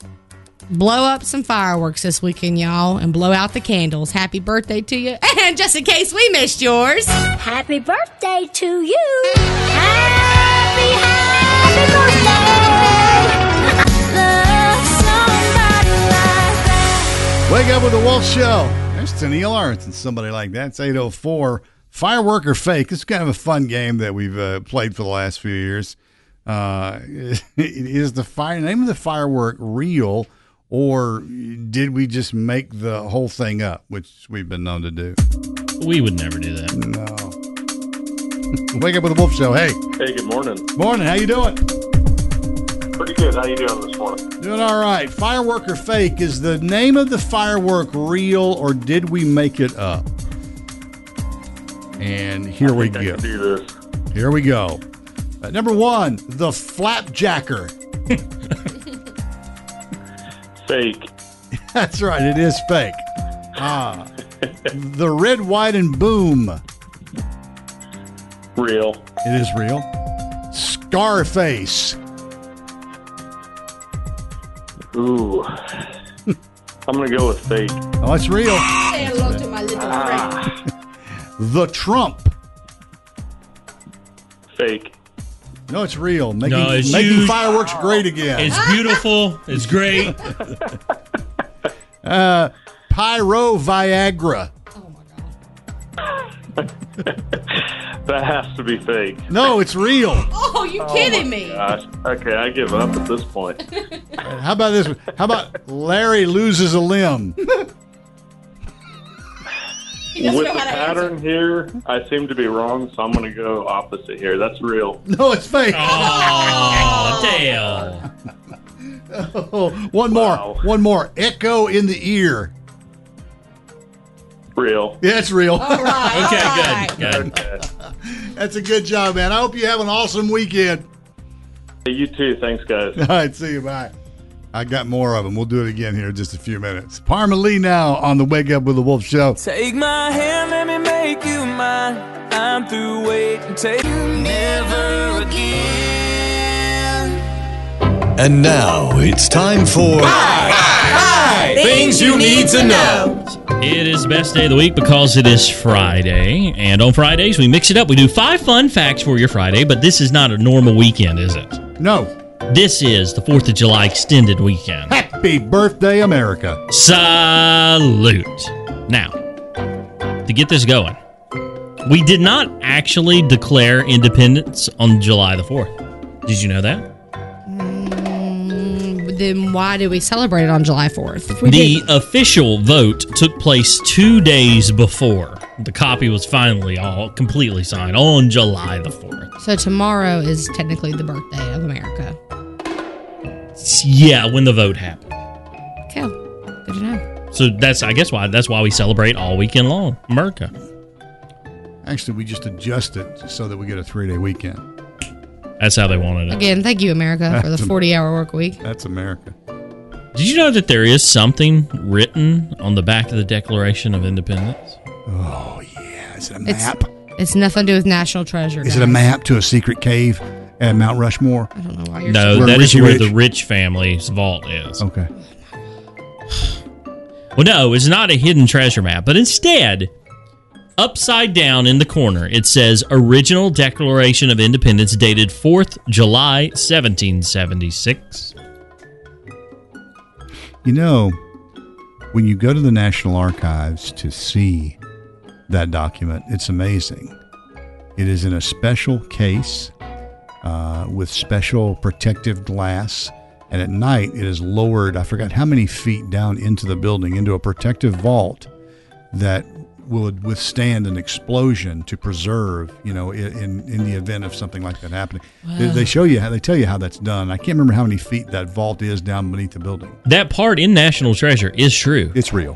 Speaker 10: blow up some fireworks this weekend, y'all, and blow out the candles. Happy birthday to you. [LAUGHS] And just in case we missed yours,
Speaker 13: Happy birthday to you. Happy, happy birthday. Love somebody like
Speaker 7: Wake up with the Wolf Show. There's Tennille Lawrence and somebody like that. It's 804. Firework or fake? This is kind of a fun game that we've uh, played for the last few years. Uh, [LAUGHS] it is the fire name of the firework real, or did we just make the whole thing up, which we've been known to do?
Speaker 9: We would never do that.
Speaker 7: No. Wake up with the Wolf Show. Hey,
Speaker 14: Hey, good morning.
Speaker 7: morning. How you doing?
Speaker 14: Pretty good. How you doing this morning?
Speaker 7: Doing all right. Firework or fake? Is the name of the firework real or did we make it up? And here we
Speaker 14: I
Speaker 7: go.
Speaker 14: can do this.
Speaker 7: Here we go. Uh, number one, the flapjacker.
Speaker 14: [LAUGHS] Fake.
Speaker 7: [LAUGHS] That's right. It is fake. Ah, the red, white, and boom.
Speaker 14: Real.
Speaker 7: It is real. Scarface.
Speaker 14: Ooh. I'm gonna go with fake.
Speaker 7: Oh, it's real.
Speaker 10: Say hello to my little friend.
Speaker 7: The Trump.
Speaker 14: Fake.
Speaker 7: No, it's real. Making,
Speaker 9: No, it's
Speaker 7: making
Speaker 9: huge.
Speaker 7: fireworks great again.
Speaker 9: It's beautiful. It's great.
Speaker 7: Uh, Pyro Viagra.
Speaker 10: Oh,
Speaker 14: That has to be fake.
Speaker 7: No, it's real.
Speaker 10: Oh, you kidding me?
Speaker 14: Gosh. Okay, I give up at this point.
Speaker 7: Uh, How about this? one? How about Larry loses a limb?
Speaker 14: With the pattern here, I seem to be wrong, so I'm gonna go opposite here. That's real.
Speaker 7: No, it's fake.
Speaker 9: Oh, damn.
Speaker 7: Oh, one more. One more. Echo in the ear.
Speaker 14: Real.
Speaker 7: Yeah, it's real.
Speaker 10: Oh.
Speaker 9: Okay, good. Good.
Speaker 14: Okay.
Speaker 7: [LAUGHS] That's a good job, man. I hope you have an awesome weekend.
Speaker 14: Hey, you too. Thanks, guys.
Speaker 7: [LAUGHS] All right, see you. Bye. I got more of them. We'll do it again here in just a few minutes. Parma Lee now on the Wake Up with the Wolf show.
Speaker 11: Take my hand, let me make you mine. I'm through waiting. Take you never again.
Speaker 15: And now it's time for
Speaker 9: Things you need to know. It is the best day of the week because it is Friday. And on Fridays, we mix it up. We do five fun facts for your Friday, but this is not a normal weekend, is it?
Speaker 7: No.
Speaker 9: This is the 4th of July extended weekend.
Speaker 7: Happy birthday, America.
Speaker 9: Salute. Now, to get this going, we did not actually declare independence on July the 4th. Did you know that?
Speaker 10: Then why do we celebrate it on July 4th? If we
Speaker 9: the
Speaker 10: didn't-
Speaker 9: official vote took place two days before the copy was finally all completely signed on July the 4th.
Speaker 10: so tomorrow is technically the birthday of America.
Speaker 9: Yeah, when the vote happened.
Speaker 10: Okay, good to know.
Speaker 9: So that's, I guess, why that's why we celebrate all weekend long, America.
Speaker 7: Actually, we just adjust it so that we get a three day weekend.
Speaker 9: That's how they wanted it.
Speaker 10: Again, thank you, America, for the
Speaker 9: That's a-
Speaker 10: 40 hour work week.
Speaker 7: That's America.
Speaker 9: Did you know that there is something written on the back of the Declaration of Independence?
Speaker 7: Oh yeah, is it a
Speaker 10: It's-
Speaker 7: map?
Speaker 10: It's nothing to do with National Treasure.
Speaker 7: Is it a
Speaker 10: guys.
Speaker 7: map to a secret cave at Mount Rushmore? I
Speaker 10: don't know why
Speaker 9: No, that is where the rich family's vault is.
Speaker 7: Okay.
Speaker 9: Well, no, it's not a hidden treasure map, but instead, upside down in the corner, it says Original Declaration of Independence dated 4th July 1776.
Speaker 7: You know, when you go to the National Archives to see that document, it's amazing. It is in a special case uh, with special protective glass, and at night it is lowered, I forgot how many feet down into the building, into a protective vault that will withstand an explosion to preserve, you know, i- in, in the event of something like that happening. They,
Speaker 9: Wow.
Speaker 7: they show you how, they tell you how that's done. I can't remember how many feet that vault is down beneath the building.
Speaker 9: That part in National Treasure is true,
Speaker 7: It's real.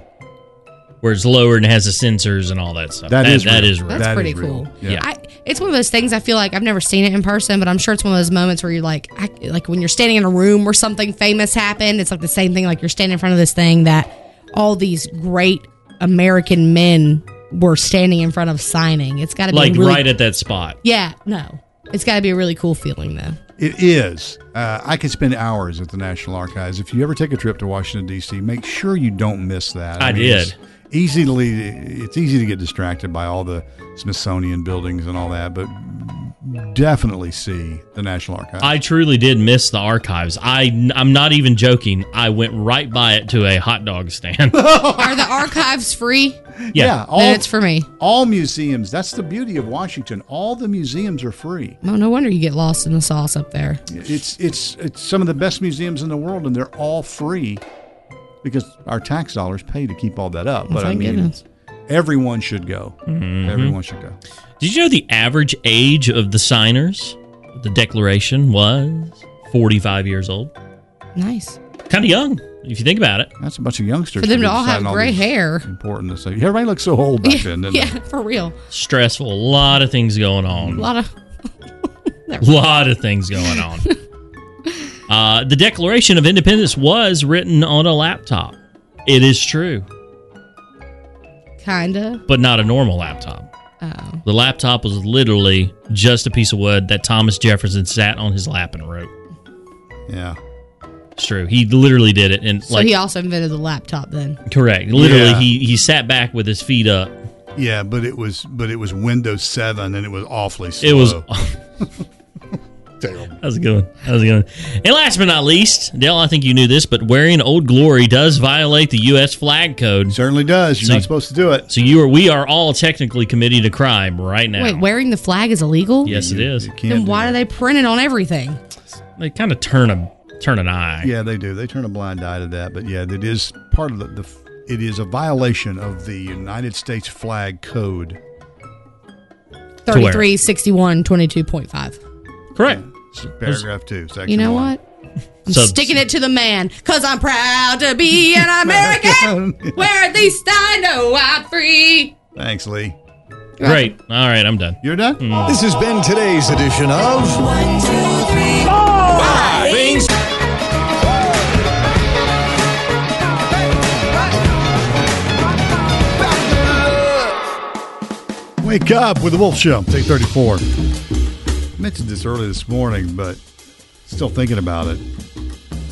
Speaker 9: where it's lowered and has the sensors and all that stuff.
Speaker 7: That is
Speaker 9: that
Speaker 7: real.
Speaker 9: is real.
Speaker 7: That's That pretty is real. cool.
Speaker 9: Yeah.
Speaker 10: I, it's one of those things I feel like I've never seen it in person, but I'm sure it's one of those moments where you're like, I, like when you're standing in a room where something famous happened, it's like the same thing. Like you're standing in front of this thing that all these great American men were standing in front of signing. It's got to be
Speaker 9: like
Speaker 10: really,
Speaker 9: right at that spot.
Speaker 10: yeah, no, it's got to be a really cool feeling though.
Speaker 7: It is. Uh, I could spend hours at the National Archives. If you ever take a trip to Washington D.C., make sure you don't miss that.
Speaker 9: I did.
Speaker 7: It's easily, it's easy to get distracted by all the Smithsonian buildings and all that, but definitely see the National Archives.
Speaker 9: I truly did miss the archives. I I'm not even joking. I went right by it to a hot dog stand.
Speaker 10: Are
Speaker 9: [LAUGHS]
Speaker 10: the archives free?
Speaker 9: Yeah.
Speaker 7: all,
Speaker 10: then it's for me.
Speaker 7: all museums. That's the beauty of Washington. All the museums are free.
Speaker 10: Oh, no wonder you get lost in the sauce up there.
Speaker 7: It's it's it's some of the best museums in the world, and they're all free because our tax dollars pay to keep all that up.
Speaker 10: Well,
Speaker 7: But I
Speaker 10: thank
Speaker 7: mean,
Speaker 10: goodness.
Speaker 7: everyone should go.
Speaker 9: Mhm.
Speaker 7: Everyone should go.
Speaker 9: Did you know the average age of the signers of the Declaration was 45 years old?
Speaker 10: Nice.
Speaker 9: Kind of young, if you think about it.
Speaker 7: That's a bunch of youngsters.
Speaker 10: For them
Speaker 7: should be
Speaker 10: to all have
Speaker 7: deciding
Speaker 10: gray
Speaker 7: these
Speaker 10: hair.
Speaker 7: Important to say. Everybody looks so old back
Speaker 10: Yeah,
Speaker 7: then. Didn't
Speaker 10: yeah, for real.
Speaker 9: Stressful, a lot of things going
Speaker 10: A
Speaker 9: on.
Speaker 10: lot of
Speaker 9: A lot of things going
Speaker 10: [LAUGHS]
Speaker 9: on. uh, the Declaration of Independence was written on a laptop. It is true,
Speaker 10: kinda.
Speaker 9: but not a normal laptop.
Speaker 10: Oh.
Speaker 9: The laptop was literally just a piece of wood that Thomas Jefferson sat on his lap and wrote.
Speaker 7: they? Yeah.
Speaker 9: It's true. He literally did it. And
Speaker 10: So
Speaker 9: like,
Speaker 10: he also invented the laptop then.
Speaker 9: correct. Literally,
Speaker 7: Yeah.
Speaker 9: he, he sat back with his feet up
Speaker 7: Yeah, but it was but it was Windows Seven, and it was awfully slow.
Speaker 9: It was-
Speaker 7: terrible.
Speaker 9: That was a good one. That was a good one. And last but not least, Dale, I think you knew this, but wearing Old Glory does violate the U.S. flag code.
Speaker 7: Certainly does. You're
Speaker 9: So-
Speaker 7: not supposed to do it.
Speaker 9: So you are, we are all technically committing a crime right now.
Speaker 10: Wait, wearing the flag is illegal?
Speaker 9: yes, it is.
Speaker 10: Then why do they print it on everything?
Speaker 9: They kind of turn a turn an eye.
Speaker 7: Yeah, they do. They turn a blind eye to that. But yeah, it is part of the, the it is a violation of the United States flag code.
Speaker 9: To wear.
Speaker 10: 33, 61, 22.5.
Speaker 9: Correct.
Speaker 7: It's paragraph two, section
Speaker 10: You know
Speaker 7: one.
Speaker 10: what? I'm
Speaker 9: So-
Speaker 10: sticking it to the man because I'm proud to be [LAUGHS] an American where at least I know I'm free.
Speaker 7: Thanks, Lee.
Speaker 9: Great. All right, I'm done.
Speaker 7: You're done.
Speaker 15: This has been today's edition of Five Things.
Speaker 7: Wake up with the Wolf Show. It's 834. I mentioned this early this morning, but still thinking about it.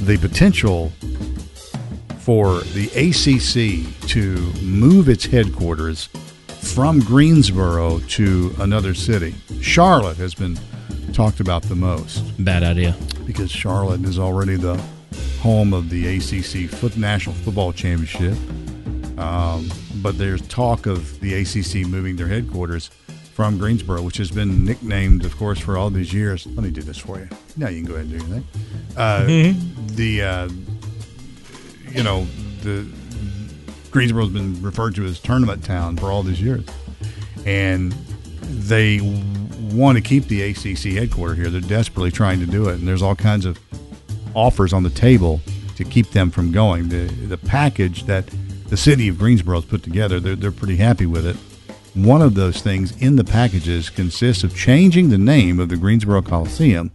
Speaker 7: the potential for the ACC to move its headquarters from Greensboro to another city. Charlotte has been talked about the most.
Speaker 9: Bad idea.
Speaker 7: Because Charlotte is already the home of the ACC Foot National Football Championship. Um, but there's talk of the ACC moving their headquarters from Greensboro, which has been nicknamed, of course, for all these years. Let me do this for you. Now you can go ahead and do your thing. Uh, The uh, you know the Greensboro's been referred to as tournament town for all these years, and they w- want to keep the ACC headquarters here. They're desperately trying to do it, and there's all kinds of offers on the table to keep them from going. The the package that the city of Greensboro has put together, they're, they're pretty happy with it. One of those things in the packages consists of changing the name of the Greensboro Coliseum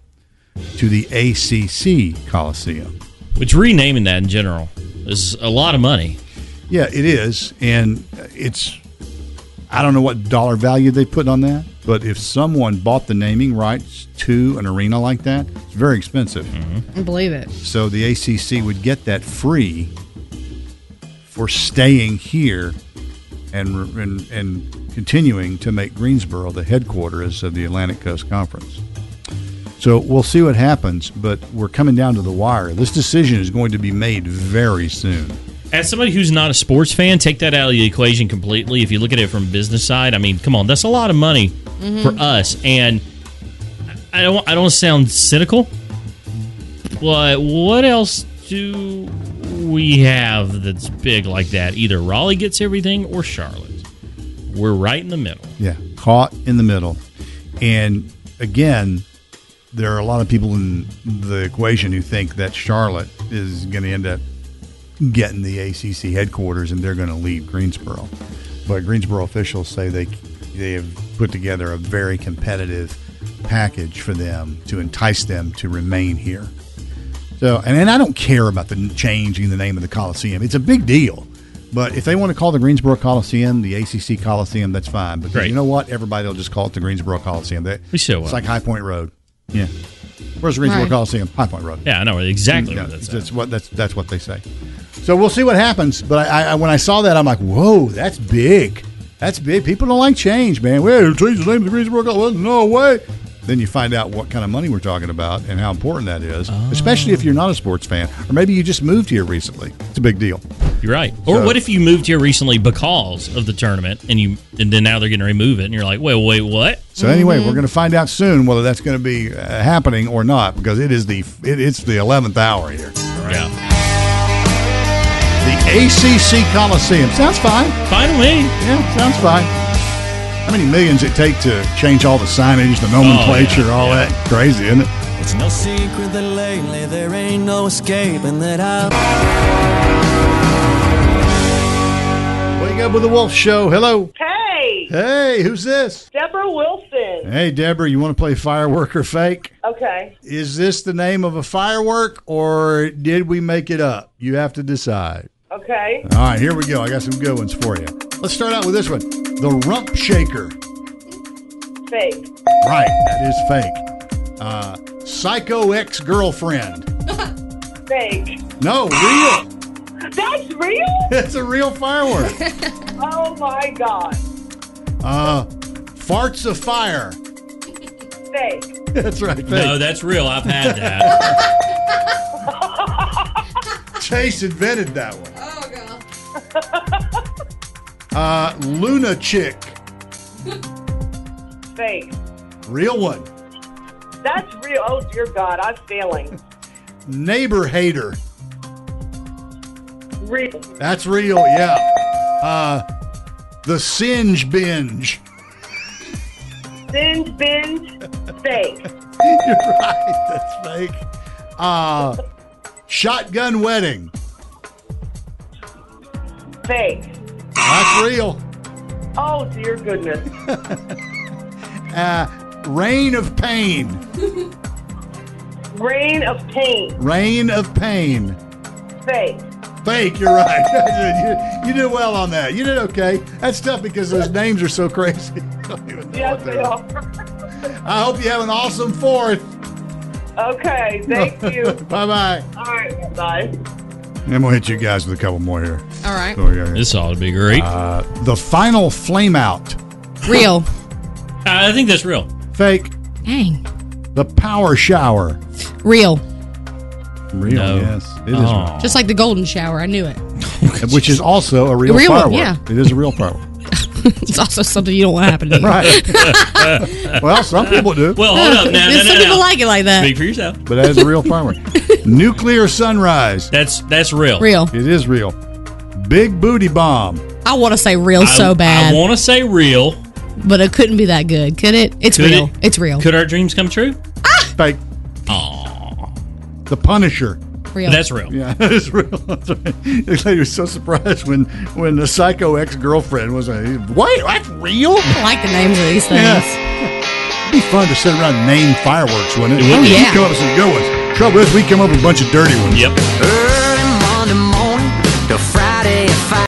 Speaker 7: to the ACC Coliseum.
Speaker 9: Which renaming that in general is a lot of money.
Speaker 7: Yeah, it is, and it's. I don't know what dollar value they put on that, but if someone bought the naming rights to an arena like that, it's very expensive.
Speaker 10: I believe it.
Speaker 7: So the ACC would get that free for staying here and and, and continuing to make Greensboro the headquarters of the Atlantic Coast Conference. So we'll see what happens, but we're coming down to the wire. This decision is going to be made very soon.
Speaker 9: As somebody who's not a sports fan, take that out of the equation completely. If you look at it from a business side, I mean, come on, that's a lot of money
Speaker 10: Mhm.
Speaker 9: for us. And I don't I don't sound cynical, but what else do we have that's big like that? Either Raleigh gets everything or Charlotte. We're right in the middle.
Speaker 7: Yeah, caught in the middle. And again, there are a lot of people in the equation who think that Charlotte is going to end up getting the ACC headquarters and they're going to leave Greensboro. But Greensboro officials say they they have put together a very competitive package for them to entice them to remain here. So, and, and I don't care about the changing the name of the Coliseum. It's a big deal. But if they want to call the Greensboro Coliseum the ACC Coliseum, that's fine. Because you know what? Everybody will just call it the Greensboro Coliseum. They,
Speaker 9: We show
Speaker 7: it's
Speaker 9: up.
Speaker 7: like High Point Road. Yeah. Where's the Greensboro
Speaker 9: Right.
Speaker 7: Coliseum? High Point Road.
Speaker 9: Yeah, I know exactly
Speaker 7: No,
Speaker 9: what that's.
Speaker 7: that's what that's that's what they say. So we'll see what happens. But I, I when I saw that, I'm like, whoa, that's big. That's big. People don't like change, man. Well, change the name of the Greensboro Coliseum. No way. Then you find out what kind of money we're talking about and how important that is, especially if you're not a sports fan, or maybe you just moved here recently. It's a big deal.
Speaker 9: You're right. Or
Speaker 7: So-
Speaker 9: what if you moved here recently because of the tournament and you and then now they're going to remove it and you're like, wait, wait, what?
Speaker 7: So anyway, we're going to find out soon whether that's going to be uh, happening or not because it is the it, it's the eleventh hour here.
Speaker 9: Yeah.
Speaker 7: The ACC Coliseum. Sounds fine.
Speaker 9: Fine with me.
Speaker 7: Yeah, sounds fine. How many millions it take to change all the signage, the nomenclature, all that? Crazy, isn't it?
Speaker 16: It's no secret that lately there ain't no escaping that I.
Speaker 7: Wake up with the Wolf Show. Hello.
Speaker 17: Hey,
Speaker 7: Hey, who's this?
Speaker 17: Deborah Wilson.
Speaker 7: Hey, Deborah, you want to play firework or fake?
Speaker 17: Okay.
Speaker 7: Is this the name of a firework or did we make it up? You have to decide.
Speaker 17: Okay.
Speaker 7: All right, here we go. I got some good ones for you. Let's start out with this one the rump shaker.
Speaker 17: Fake.
Speaker 7: Right, that is fake. Uh, psycho ex girlfriend.
Speaker 17: Fake.
Speaker 7: No, real.
Speaker 17: [GASPS] That's
Speaker 7: [LAUGHS]
Speaker 17: real?
Speaker 7: It's a real firework.
Speaker 17: [LAUGHS] oh my god.
Speaker 7: Uh, farts of fire.
Speaker 17: Fake.
Speaker 7: [LAUGHS] That's right.
Speaker 9: No, that's real. I've
Speaker 7: [LAUGHS]
Speaker 9: had that.
Speaker 7: Chase invented that one.
Speaker 17: [LAUGHS]
Speaker 7: Uh, Luna chick,
Speaker 17: Fake.
Speaker 7: real one.
Speaker 17: That's real. Oh dear God, I'm failing.
Speaker 7: Neighbor hater.
Speaker 17: Real.
Speaker 7: That's real. Yeah. Uh, the singe binge.
Speaker 17: Binge, binge. Fake.
Speaker 7: [LAUGHS] You're right. That's fake. Uh, shotgun wedding.
Speaker 17: Fake.
Speaker 7: That's real.
Speaker 17: Oh dear goodness.
Speaker 7: [LAUGHS] Uh, rain of pain.
Speaker 17: Rain of pain.
Speaker 7: Rain of pain.
Speaker 17: Fake.
Speaker 7: Fake, you're right. [LAUGHS] you, you did well on that. You did okay. That's tough because those names are so crazy. [LAUGHS] I don't even know
Speaker 17: Yes,
Speaker 7: what
Speaker 17: they
Speaker 7: they are. I hope you have an awesome fourth.
Speaker 18: Okay, thank
Speaker 7: [LAUGHS]
Speaker 18: you.
Speaker 7: bye bye.
Speaker 18: All right, bye.
Speaker 7: And we'll hit you guys with a couple more here.
Speaker 19: All right.
Speaker 7: So, yeah, yeah.
Speaker 9: This ought to be great.
Speaker 7: Uh, the final flame out.
Speaker 19: Real.
Speaker 9: I think that's real.
Speaker 7: Fake.
Speaker 19: Dang.
Speaker 7: The power shower.
Speaker 19: Real.
Speaker 7: Real,
Speaker 9: No.
Speaker 7: yes. it is.
Speaker 9: Oh.
Speaker 7: real.
Speaker 19: Just like the golden shower. I knew it.
Speaker 7: [LAUGHS]
Speaker 19: [LAUGHS]
Speaker 7: Which is also a real,
Speaker 19: Real,
Speaker 7: firework.
Speaker 19: yeah.
Speaker 7: It is a real firework.
Speaker 19: it's also something you don't want to happen to you.
Speaker 9: [LAUGHS]
Speaker 7: right. well, some people do.
Speaker 9: Well,
Speaker 19: [LAUGHS]
Speaker 9: hold up now.
Speaker 19: Some
Speaker 9: no, no,
Speaker 19: people
Speaker 9: no.
Speaker 19: like it like that.
Speaker 9: Speak for yourself.
Speaker 7: But that is a
Speaker 9: [LAUGHS]
Speaker 7: real firework. Nuclear sunrise.
Speaker 9: That's that's real.
Speaker 19: Real.
Speaker 7: It is real. Big booty bomb.
Speaker 19: I want to say real
Speaker 9: I-
Speaker 19: so bad,
Speaker 9: I want to say real.
Speaker 19: but it couldn't be that good, could it? It's
Speaker 9: Could
Speaker 19: real.
Speaker 9: it-
Speaker 19: It's real.
Speaker 9: Could our dreams come true?
Speaker 7: Fake. The Punisher.
Speaker 19: real.
Speaker 9: That's real.
Speaker 7: [LAUGHS] Yeah, that is real. That's right. This lady was so surprised when when the psycho ex girlfriend was like, "Wait, that's
Speaker 9: [LAUGHS]
Speaker 7: real."
Speaker 19: I like the names of these things.
Speaker 7: It'd be fun to sit around and name fireworks, wouldn't it?
Speaker 9: It would
Speaker 7: You
Speaker 9: be.
Speaker 19: Yeah.
Speaker 7: come up with some good ones. Trouble is, we come up with a bunch of dirty ones.
Speaker 9: Yep.
Speaker 20: Early Monday morning to Friday at 5.